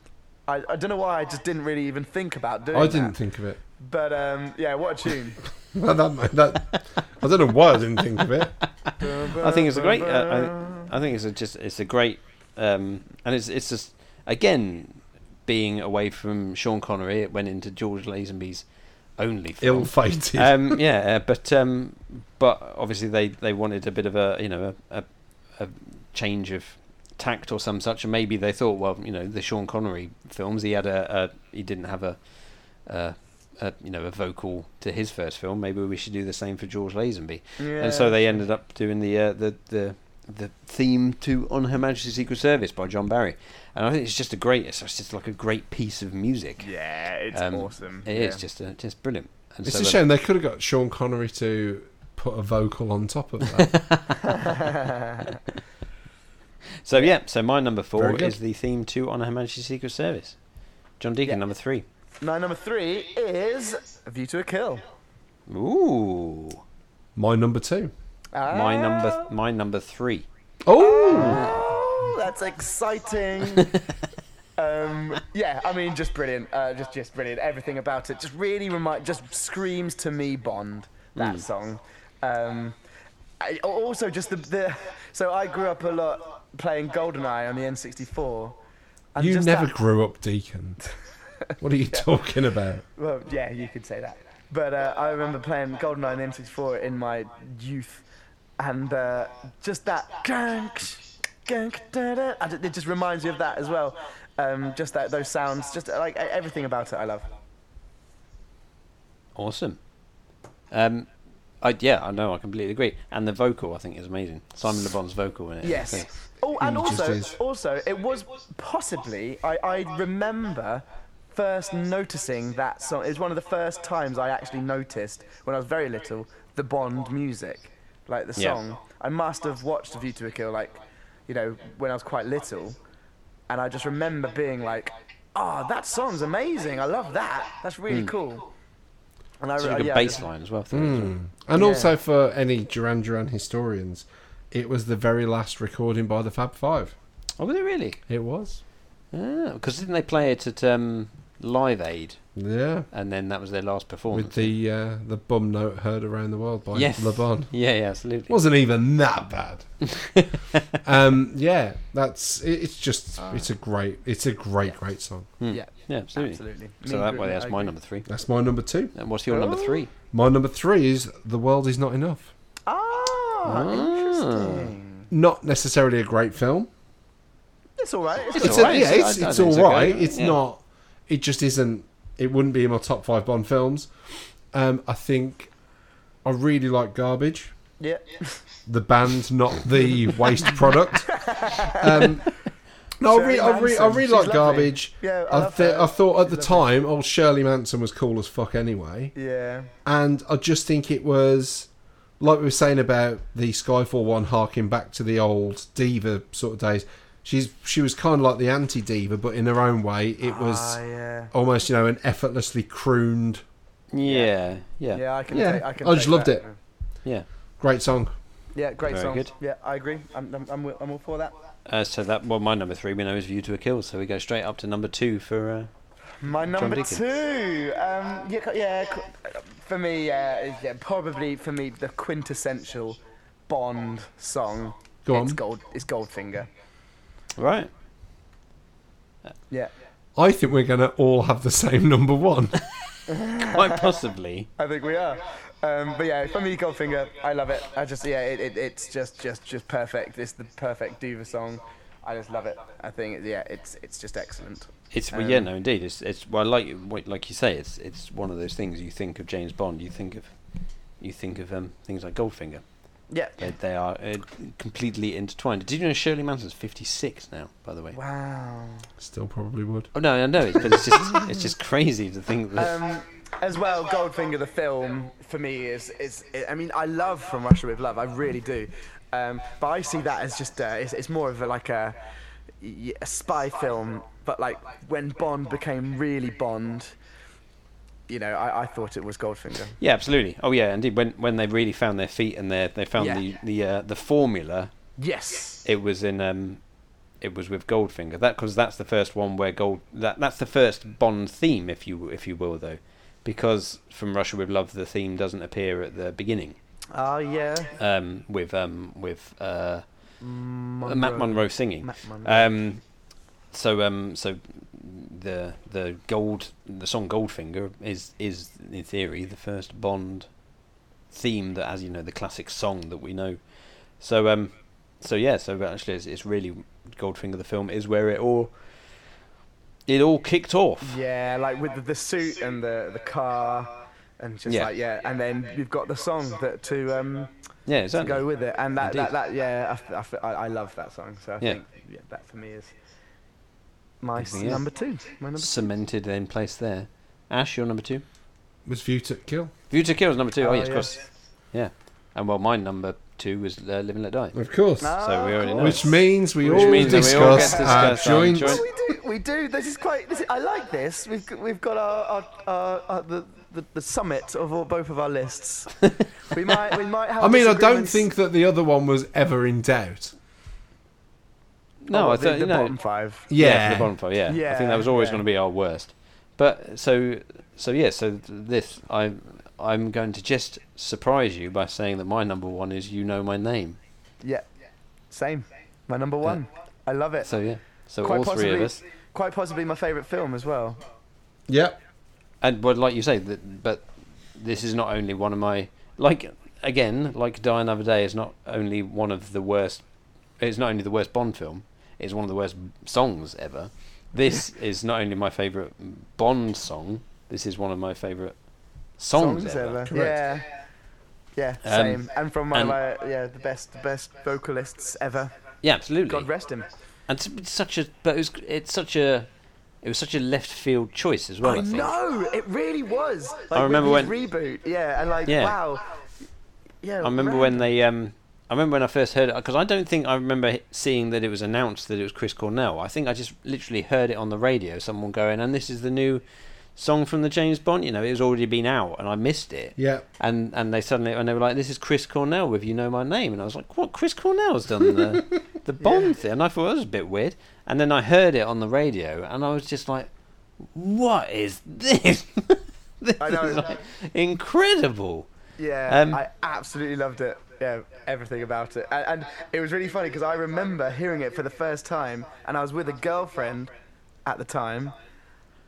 I, I don't know why I just didn't really even think about doing
I didn't
that.
think of it.
But um, yeah, what a tune.
Well, that, ma- that, I don't know why I didn't think of it.
I think it's a great. Uh, I, I think it's a just. It's a great. Um, and it's it's just again being away from Sean Connery. It went into George Lazenby's only film.
Ill-fated.
um, yeah, uh, but um, but obviously they, they wanted a bit of a you know a, a, a change of tact or some such, and maybe they thought, well, you know, the Sean Connery films, he had a, a he didn't have a, a, a you know a vocal to his first film. Maybe we should do the same for George Lazenby, and so they ended up doing the uh, the the the theme to On Her Majesty's Secret Service by John Barry, and I think it's just a great, it's just like a great piece of music.
Yeah, it's
Um,
awesome.
It is
yeah.
just uh, just brilliant. And
it's
so
a
that-
shame they could have got Sean Connery to put a vocal on top of that.
So yeah, so my number four
Very good.
is the theme to On Her Majesty's Secret Service. John Deacon,
Yeah.
number three.
My number three is A View to a Kill.
Ooh,
My number two.
My number,
Uh.
my number three.
Oh,
Oh, that's exciting. um, yeah, I mean, just brilliant. Uh, just, just brilliant. Everything about it just really remind, just screams to me Bond. That song. Um, I, also, just the, the. So I grew up a lot playing GoldenEye on the N64. And
you
just
never
that-
grew up, Deacon. What are you talking about?
Well, yeah, you could say that. But uh, I remember playing GoldenEye and M64 in my youth, and uh, just that gank, gank, da, da, and it- it just reminds me of that as well. Um, just that those sounds, just like e- everything about it, I love.
Awesome. Um, I, yeah, I know, I completely agree. And the vocal, I think, is amazing. Simon Le Bon's vocal in it. is
Yes.
great.
Oh, and
It just
also,
is.
also, it was possibly I, I remember first noticing that song. It was one of the first times I actually noticed when I was very little the Bond music, like the
Yeah.
song. I must have watched View to a Kill, like, you know, when I was quite little, and I just remember being like, "Ah, that song's amazing! I love that. That's really cool." And I,
Such Hmm. a
re-
good
Uh, yeah, I
bass
just-
line as well.
Hmm.
through it as well.
And also for any Duran Duran historians, it was the very last recording by the Fab Five.
Oh, was it really?
It was.
Because didn't they play it at um, Live Aid?
Yeah.
And then that was their last performance.
With the uh, the bum note heard around the world by
yes.
Le Bon.
Yeah, yeah, absolutely.
Wasn't even that bad. um, yeah, that's it, it's just it's a great it's a great great song.
Yeah,
yeah, Hmm. absolutely.
absolutely.
So
Me
that way,
and Bruno,
that's
I
my
agree.
number three.
That's my number two.
And what's your number
Oh.
three?
My number three is the world is not enough.
Ah, interesting.
Not necessarily a great film.
It's all right. It's
It's
It's
all
a-
right.
yeah,
I- I
it's,
think
it's
it's
all
okay,
right.
yeah.
It's not. It just isn't. It wouldn't be in my top five Bond films. Um, I think I really like Garbage,
Yeah.
the band, not the waste product. Um, no, I
Shirley
really, I really, I
Manson,
really
she's
like
lovely.
Garbage.
Yeah, I
I,
love
thi-
her.
I thought at the
She's
time, oh, Shirley Manson was cool as fuck anyway,
Yeah.
and I just think it was. Like we were saying about the Skyfall one, harking back to the old diva sort of days, she's she was kind of like the anti-diva, but in her own way, it was
Ah, yeah.
almost you know an effortlessly crooned
Yeah, yeah, yeah.
Yeah, I can.
Yeah,
Take, I, can
I just
take
loved
that.
it. great song
Yeah, great
Very
song.
good. Uh,
Yeah, I agree. I'm, I'm, I'm, wi- I'm all for that.
so that well, my number three we know is View to a Kill. So we go straight up to number two for. Uh,
My number
Deacon.
two. Um, yeah, co- yeah. co- For me, uh, yeah, probably for me the quintessential Bond song.
Go
It's
on.
gold. It's Goldfinger.
right.
Yeah.
i think we're gonna all have the same number one
Quite possibly.
I think we are. Um, but yeah, for me, Goldfinger, I love it. I just, yeah, it, it, it's just, just, just perfect. It's the perfect Duva song. I just love it. I think, yeah, it's, it's just excellent.
It's well, yeah,
Um,
no, indeed. It's it's well, like you- what- like you say, it's it's one of those things. You think of James Bond, you think of you think of um, things like Goldfinger.
Yeah.
They, they are uh, completely intertwined. Did you know Shirley Manson's fifty six now? By the way.
Wow.
still probably would
Oh no, I know, it's- but it's just it's just crazy to think that.
Um, as well, Goldfinger the film for me is is I mean I love From Russia with Love, I really do, um, but I see that as just uh, it's, it's more of a, like a, y- a spy film, but like when Bond became really Bond, you know I, I thought it was Goldfinger.
yeah, absolutely. Oh yeah, indeed. When when they really found their feet and they they found
Yeah.
the the uh, the formula,
Yes.
it was in um, it was with Goldfinger. That because that's the first one where gold that that's the first Bond theme, if you if you will, though, because from Russia with Love, the theme doesn't appear at the beginning.
Oh yeah.
um, with um, with uh,
Monroe.
Matt Monroe singing.
Matt Monroe.
Um, so um, so the the gold the song Goldfinger is is in theory the first Bond theme that, as you know, the classic song that we know. So um, so yeah, so actually, it's, it's really Goldfinger the film is where it all it all kicked off.
Yeah, like with the, the suit and the the car. And just
Yeah.
like yeah, and then you've got the song that to um,
Yeah,
to
exactly.
go with it. And that, that,
Indeed.
that yeah, I f- I, f- I- I love that song. So I
Yeah.
think yeah, that for me is my s-
thing is-
number two. My number
cemented in place there. Ash, your number two.
was view to kill
View to Kill is number two. Oh,
Oh,
yes, of
yes.
course. Yeah. And well, my number two was uh, Live and Let Die.
Of course.
So we
Ah,
already know.
Which means we
Which
all
means that
discuss
we all get to
our
discuss our
joint.
joint-
we do. We do. This is quite. This is, I like this. We've g- we've got our, our, our, our the, the the summit of all, both of our lists. we might we might have.
I mean, I don't
disagreements-
think that the other one was ever in doubt.
no,
Oh,
I
the-
thought
the
you know,
bottom five.
yeah, for the bottom five, yeah. I think
Yeah,
that was always
yeah.
going to be our worst. But so so yeah, so th- this I I'm going to just surprise you by saying that my number one is you know my name.
Yeah, same. My number one. I love it.
So yeah, so
quite
all
possibly,
three of us.
Quite possibly my favourite film as well.
Yep.
And but like you say, that, but this is not only one of my like again like Die Another Day is not only one of the worst. It's not only the worst Bond film. It's one of the worst songs ever. This is not only my favorite Bond song. This is one of my favorite songs, ever.
Yeah. Yeah,
Um,
same. and from one
and-
of my yeah, the best the best vocalists ever.
Yeah, absolutely.
God rest him.
And it's it's such a but it was, it's such a it was such a left field choice as well. I,
I
think.
know it really was. Like,
I remember
with
when-
his reboot. Yeah, and like
Yeah.
wow. Yeah,
I remember when they um I remember when I first heard it because I don't think I remember h- seeing that it was announced that it was Chris Cornell. I think I just literally heard it on the radio. Someone going, and this is the new song from the James Bond. You know, it was already been out, and I missed it.
Yeah.
And and they suddenly and they were like, this is Chris Cornell with You Know My Name, and I was like, what? Chris Cornell's done the the Bond thing, and I thought that was a bit weird. And then I heard it on the radio, and I was just like, what is this? this
I know.
is like incredible.
Yeah,
Um,
I absolutely loved it. Yeah, everything about it. And, and it was really funny because I remember hearing it for the first time, and I was with a girlfriend at the time,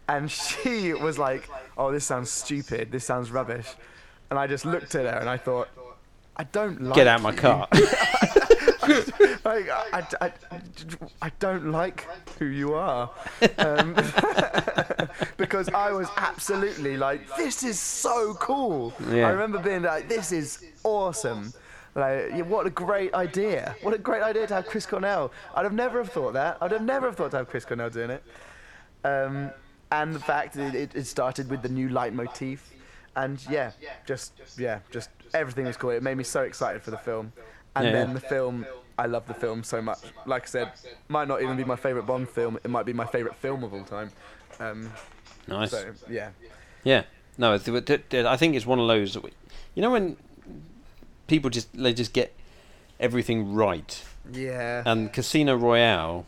and she was like, "Oh, this sounds stupid. This sounds rubbish," and I just looked at her and I thought, "I don't like."
Get out my
you.
car.
Like, I, I, I- I don't like who you are. Um, because I was absolutely like, this is so cool.
Yeah.
I remember being like, this is awesome. Like, yeah, what a great idea. What a great idea to have Chris Cornell. I'd have never have thought that. I'd have never have thought to have Chris Cornell doing it. Um, and the fact that it, it started with the new leitmotif. And yeah, just, yeah, just everything was cool. It made me so excited for the film. And
Yeah,
then
yeah.
the film, I love the film so much. Like I said, might not even be my favourite Bond film. It might be my favourite film of all time. Um,
nice.
so, yeah.
Yeah. No, th- th- th- I think it's one of those. that we- You know when people just they just get everything right,
Yeah.
and Casino Royale,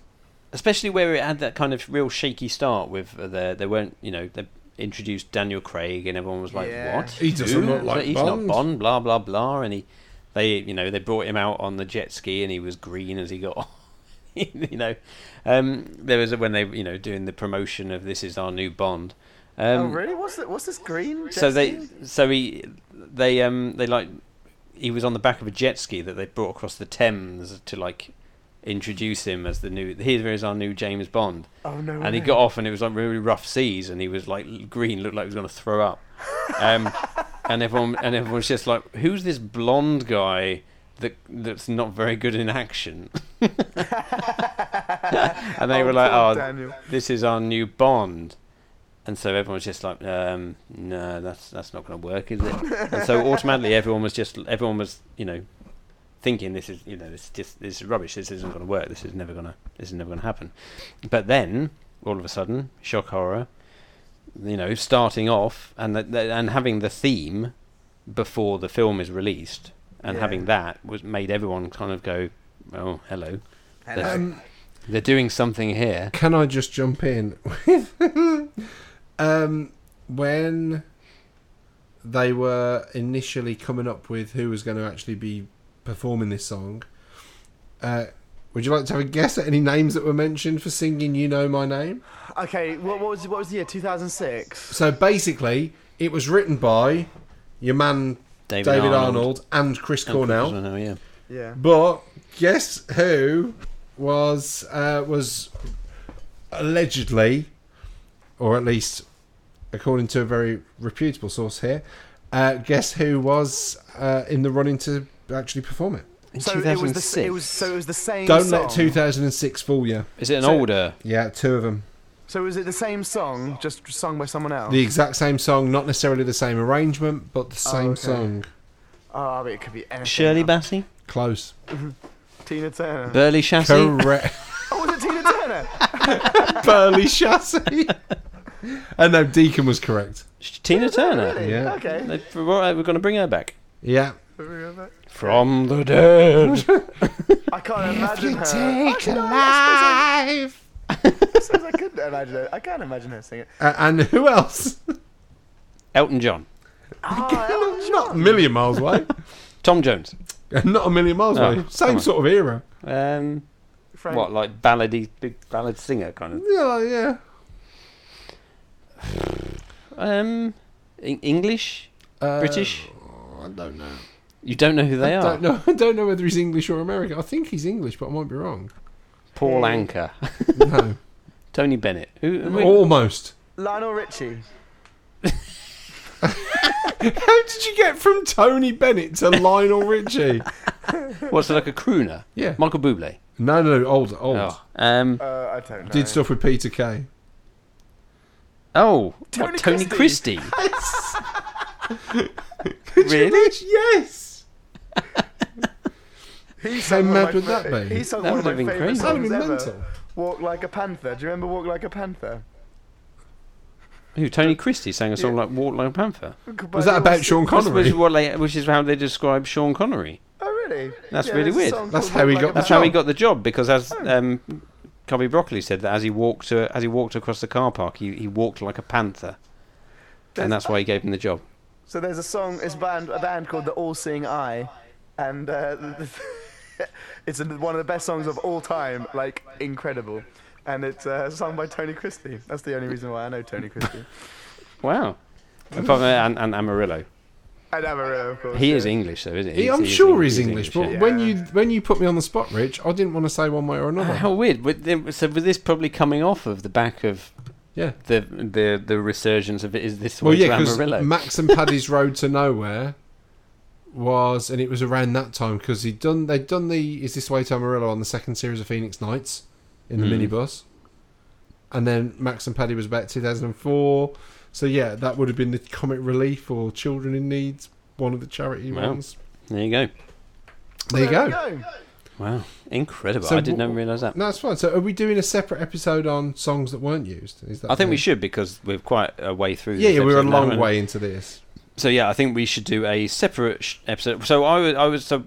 especially where it had that kind of real shaky start with uh, there they weren't you know they introduced Daniel Craig and everyone was like
Yeah.
what
He doesn't
Who?
look like
he's
Bond."
not Bond blah blah blah and he they you know they brought him out on the jet ski and he was green as he got on. you know um, there was a, when they you know doing the promotion of this is our new Bond. Um,
oh, really? What's, the, what's this green?
so
jet
they
ski?
so he they um they like he was on the back of a jet ski that they brought across the Thames to like introduce him as the new here is our new James Bond
Oh, no.
and he
way.
got off and it was like really rough seas and he was like l- green looked like he was going to throw up um and everyone and everyone's just like who's this blonde guy that that's not very good in action and they
Oh,
were like
poor
oh
Daniel.
this is our new Bond. And so everyone was just like, um, no, that's that's not going to work, is it? and so automatically everyone was just everyone was you know thinking this is you know this is just this is rubbish. This isn't going to work. This is never gonna this is never going to happen. But then all of a sudden, shock horror, you know, starting off and th- th- and having the theme before the film is released and
Yeah.
having that was made everyone kind of go, oh hello,
Hello.
They're, they're doing something here.
Can I just jump in with um, when they were initially coming up with who was going to actually be performing this song? Uh, would you like to have a guess at any names that were mentioned for singing "You Know My Name"?
Okay, what, what, was, what was the year? 2006?
So basically, it was written by your man
David
David, Arnold.
Arnold
and Chris Cornell.
know, uh, yeah.
Yeah.
But guess who was uh, was allegedly, or at least according to a very reputable source here, uh, guess who was uh, in the running to actually perform it?
In
So it was, the, s- it was so it was the same
Don't
song.
let 2006 fool you.
Is it an
so-
older?
Yeah, two of them.
So was it the same song, just sung by someone else?
The exact same song, not necessarily the same arrangement, but the same
Oh, okay.
song.
Oh, but it could be anything.
Shirley Bassey?
Close.
Tina Turner.
Burley Chassis?
Correct.
oh, was it Tina Turner?
Burley chassis. and no, Deacon was correct.
Sh- Tina Turner.
Really?
Yeah.
Okay.
They- for- right, We're going to bring her back.
Yeah.
From the dead.
I can't imagine her.
Take
Actually, no, I
alive.
suppose I, I, suppose I couldn't imagine her. I can't imagine her singing.
A- and who else?
Elton John.
Oh, Elton
Not a
John.
million miles away.
Tom Jones.
Not a million miles
No,
away.
come
Same
on.
sort of era.
Um,
Frank.
what, like ballady, big ballad singer kind of?
Yeah, yeah.
Um, Eng- English?
Uh,
British?
I don't know.
You don't know who they
I
are?
don't know. I don't know whether he's English or American. I think he's English, but I might be wrong.
Paul Anka.
No,
Tony Bennett. Who? who-
almost.
Lionel Richie.
How did you get from Tony Bennett to Lionel Richie?
What's it like a crooner?
Yeah.
Michael Bublé.
No, no, no, old, old.
Oh. Um,
Uh, I don't know.
Did stuff with Peter Kay.
oh, what, Tony,
Tony
Christie.
Christie.
really?
Yes.
He's
How
sung one of
mad
my
would
fa-
that be?
He sung
That
one of
would
my
have been
favourite
crazy.
That would be
songs ever.
mental.
Walk Like a Panther. Do you remember Walk Like a Panther?
Who? Tony Christie sang a song like "Walk Like a Panther,"
Was that about Sean
which is
Connery?
what they, which is how they describe Sean Connery.
Oh, really?
That's
Yeah,
really
there's a
weird.
song
That's
called
how he
Walk
got
Like a
the
That's how he
Oh.
got the job because as um, Cubby Broccoli said that as he walked uh as he walked across the car park, he, he walked like a panther, and that's why he gave him the job.
So there's a song, it's band, a band called the All Seeing Eye, and uh, it's one of the best songs of all time, like incredible. And it's uh, sung by Tony Christie. That's the only reason why I know Tony Christie.
Wow. And, from, uh, and, and Amarillo.
and Amarillo, of course.
He
yeah.
is English, though, isn't he?
He, I'm
is
sure
Eng-
he's English, but
yeah.
when you when you put me on the spot, Rich, I didn't want to say one way or another.
how weird! But then- So was this probably coming off of the back of
yeah.
the the the resurgence of is this the
Well,
way
yeah,
to
because
Amarillo?
Max and Paddy's Road to Nowhere was, and it was around that time because he'd done they'd done the Is This Way to Amarillo on the second series of Phoenix Nights in
Hmm.
the minibus, and then Max and Paddy was about 2004. So yeah, that would have been the Comic Relief or Children in Need, one of the charity
Wow.
ones.
there you go.
There you go.
There we go.
Wow, incredible!
So
I didn't
wh-
even realise that.
No, that's fine. So are we doing a separate episode on songs that weren't used? Is that
I think we
the-
should because we're quite a way through.
Yeah,
this
yeah, we're a
episode now,
long
and-
way into this.
So yeah, I think we should do a separate sh- episode. So I was, I was so.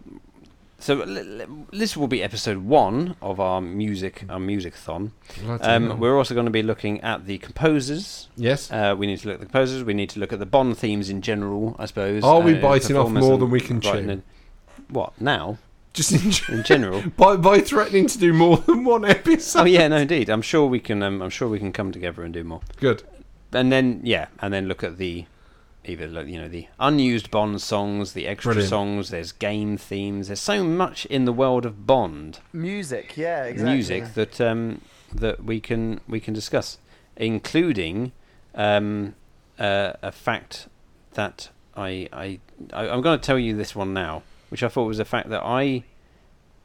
So l- l- this will be episode one of our music, our music thon.
Bloody hell.
Um, we're also going to be looking at the composers.
yes.
Uh, we need to look at the composers. We need to look at the Bond themes in general, I suppose.
Are we
uh,
biting off
performers
more
and
than we can
writing
chew?
and- What now?
Just enjoy.
In general,
by by threatening to do more than one episode.
oh yeah, no, indeed. I'm sure we can. Um, I'm sure we can come together and do more.
Good.
and then yeah, and then look at the either like, you know the unused Bond songs, the extra
Brilliant.
songs. There's game themes. There's so much in the world of Bond
Music, yeah, exactly.
music that um, that we can we can discuss, including um, uh, a fact that I I, I I'm going to tell you this one now, which I thought was a fact that I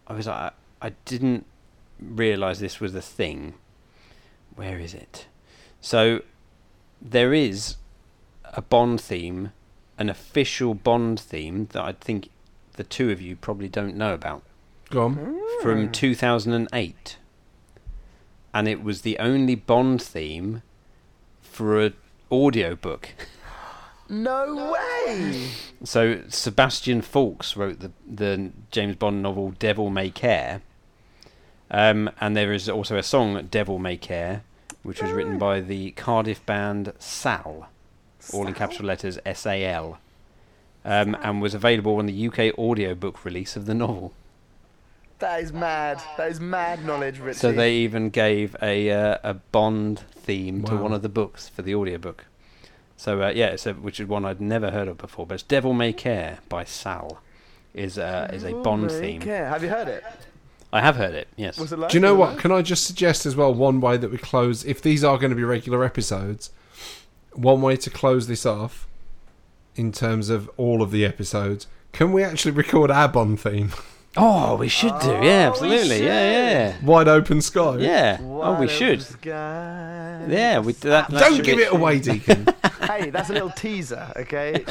I was I, I didn't realize this was a thing. Where is it? So there is a Bond theme, an official Bond theme that I think the two of you probably don't know about
Go on.
from 2008, and it was the only Bond theme for a audiobook.
No way!
So Sebastian Fawkes wrote the the James Bond novel Devil May Care, um, and there is also a song Devil May Care, which was written by the Cardiff band Sal, all in capital letters S A L, um, and was available on the UK audiobook release of the novel.
That is mad. That is mad knowledge, Richie.
So they even gave a uh, a Bond theme to
Wow.
one of the books for the audiobook. So uh, yeah, it's a, which is one I'd never heard of before. But it's Devil May Care by Sal is uh, is a Bond
Okay.
theme.
Have you heard it?
I have heard it. Yes.
Was it like
Do you know
it?
what? Can I just suggest as well one way that we close? If these are going to be regular episodes, one way to close this off, in terms of all of the episodes, can we actually record our Bond theme?
Oh, we should do. Yeah, absolutely. Yeah,
Wide open
yeah,
sky.
yeah. oh,
Wide
we
open
should.
Sky.
Yeah, we that. that
Don't
should
give
be-
it away, Deacon.
hey, that's a little teaser, okay?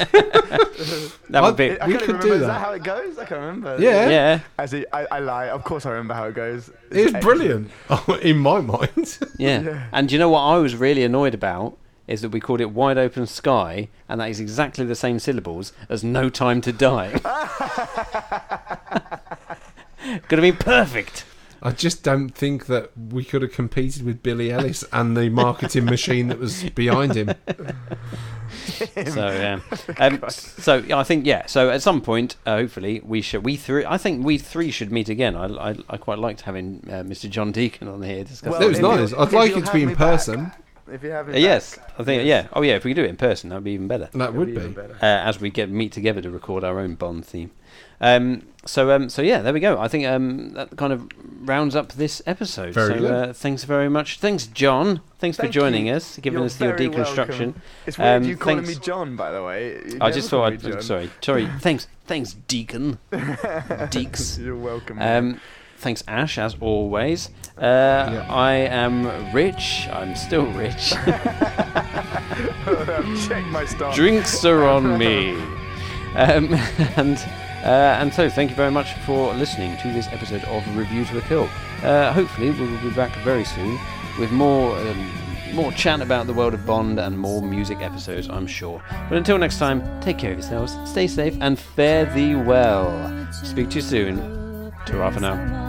That would be.
I
We
can't
could
even
do
remember. Is
that.
that how it goes? I can't remember.
Yeah.
Yeah.
Actually, I, I lie. Of course, I remember how it goes.
It's
excellent.
brilliant in my mind.
Yeah.
Yeah.
And do you know what I was really annoyed about? Is that we called it Wide Open Sky, and that is exactly the same syllables as No Time to Die. Could have been perfect.
I just don't think that we could have competed with Billy Ellis and the marketing machine that was behind him.
So yeah,
Oh,
um, so yeah, I think yeah. So at some point, uh, hopefully, we should we three. I think we three should meet again. I I, I quite liked having uh, Mr. John Deacon on here. Discussing
That was
if you'll-
nice. I'd
if
like
you'll
it to
have
be in
me
person.
back- if you have me
Uh, yes,
back,
I think yeah. Oh yeah, if we could do it in person, that'd be even better.
That
it'll
would
even
be.
better.
uh, as we get meet together to record our own Bond theme. Um, so um, so yeah, there we go. I think um, that kind of rounds up this episode.
Very
so
good.
Uh, thanks very much. Thanks, John. Thanks for
Thank
joining
you.
us, giving
You're
us your
very
deconstruction.
welcome. It's weird
Um,
you calling
thanks-
me John, by the way. You
I
never
just
call
thought
me
I'd.
John.
Sorry, sorry. Thanks, thanks, Deacon, Deeks.
You're welcome.
Um, thanks, Ash, as always. Uh, I am rich. I'm still rich.
Check my stuff.
Drinks are on me. Um, and uh, and so, thank you very much for listening to this episode of Review to a Kill. Uh, hopefully, we will be back very soon with more um, more chat about the world of Bond and more music episodes, I'm sure. But until next time, take care of yourselves, stay safe, and fare thee well. Speak to you soon. Ta-ra for now.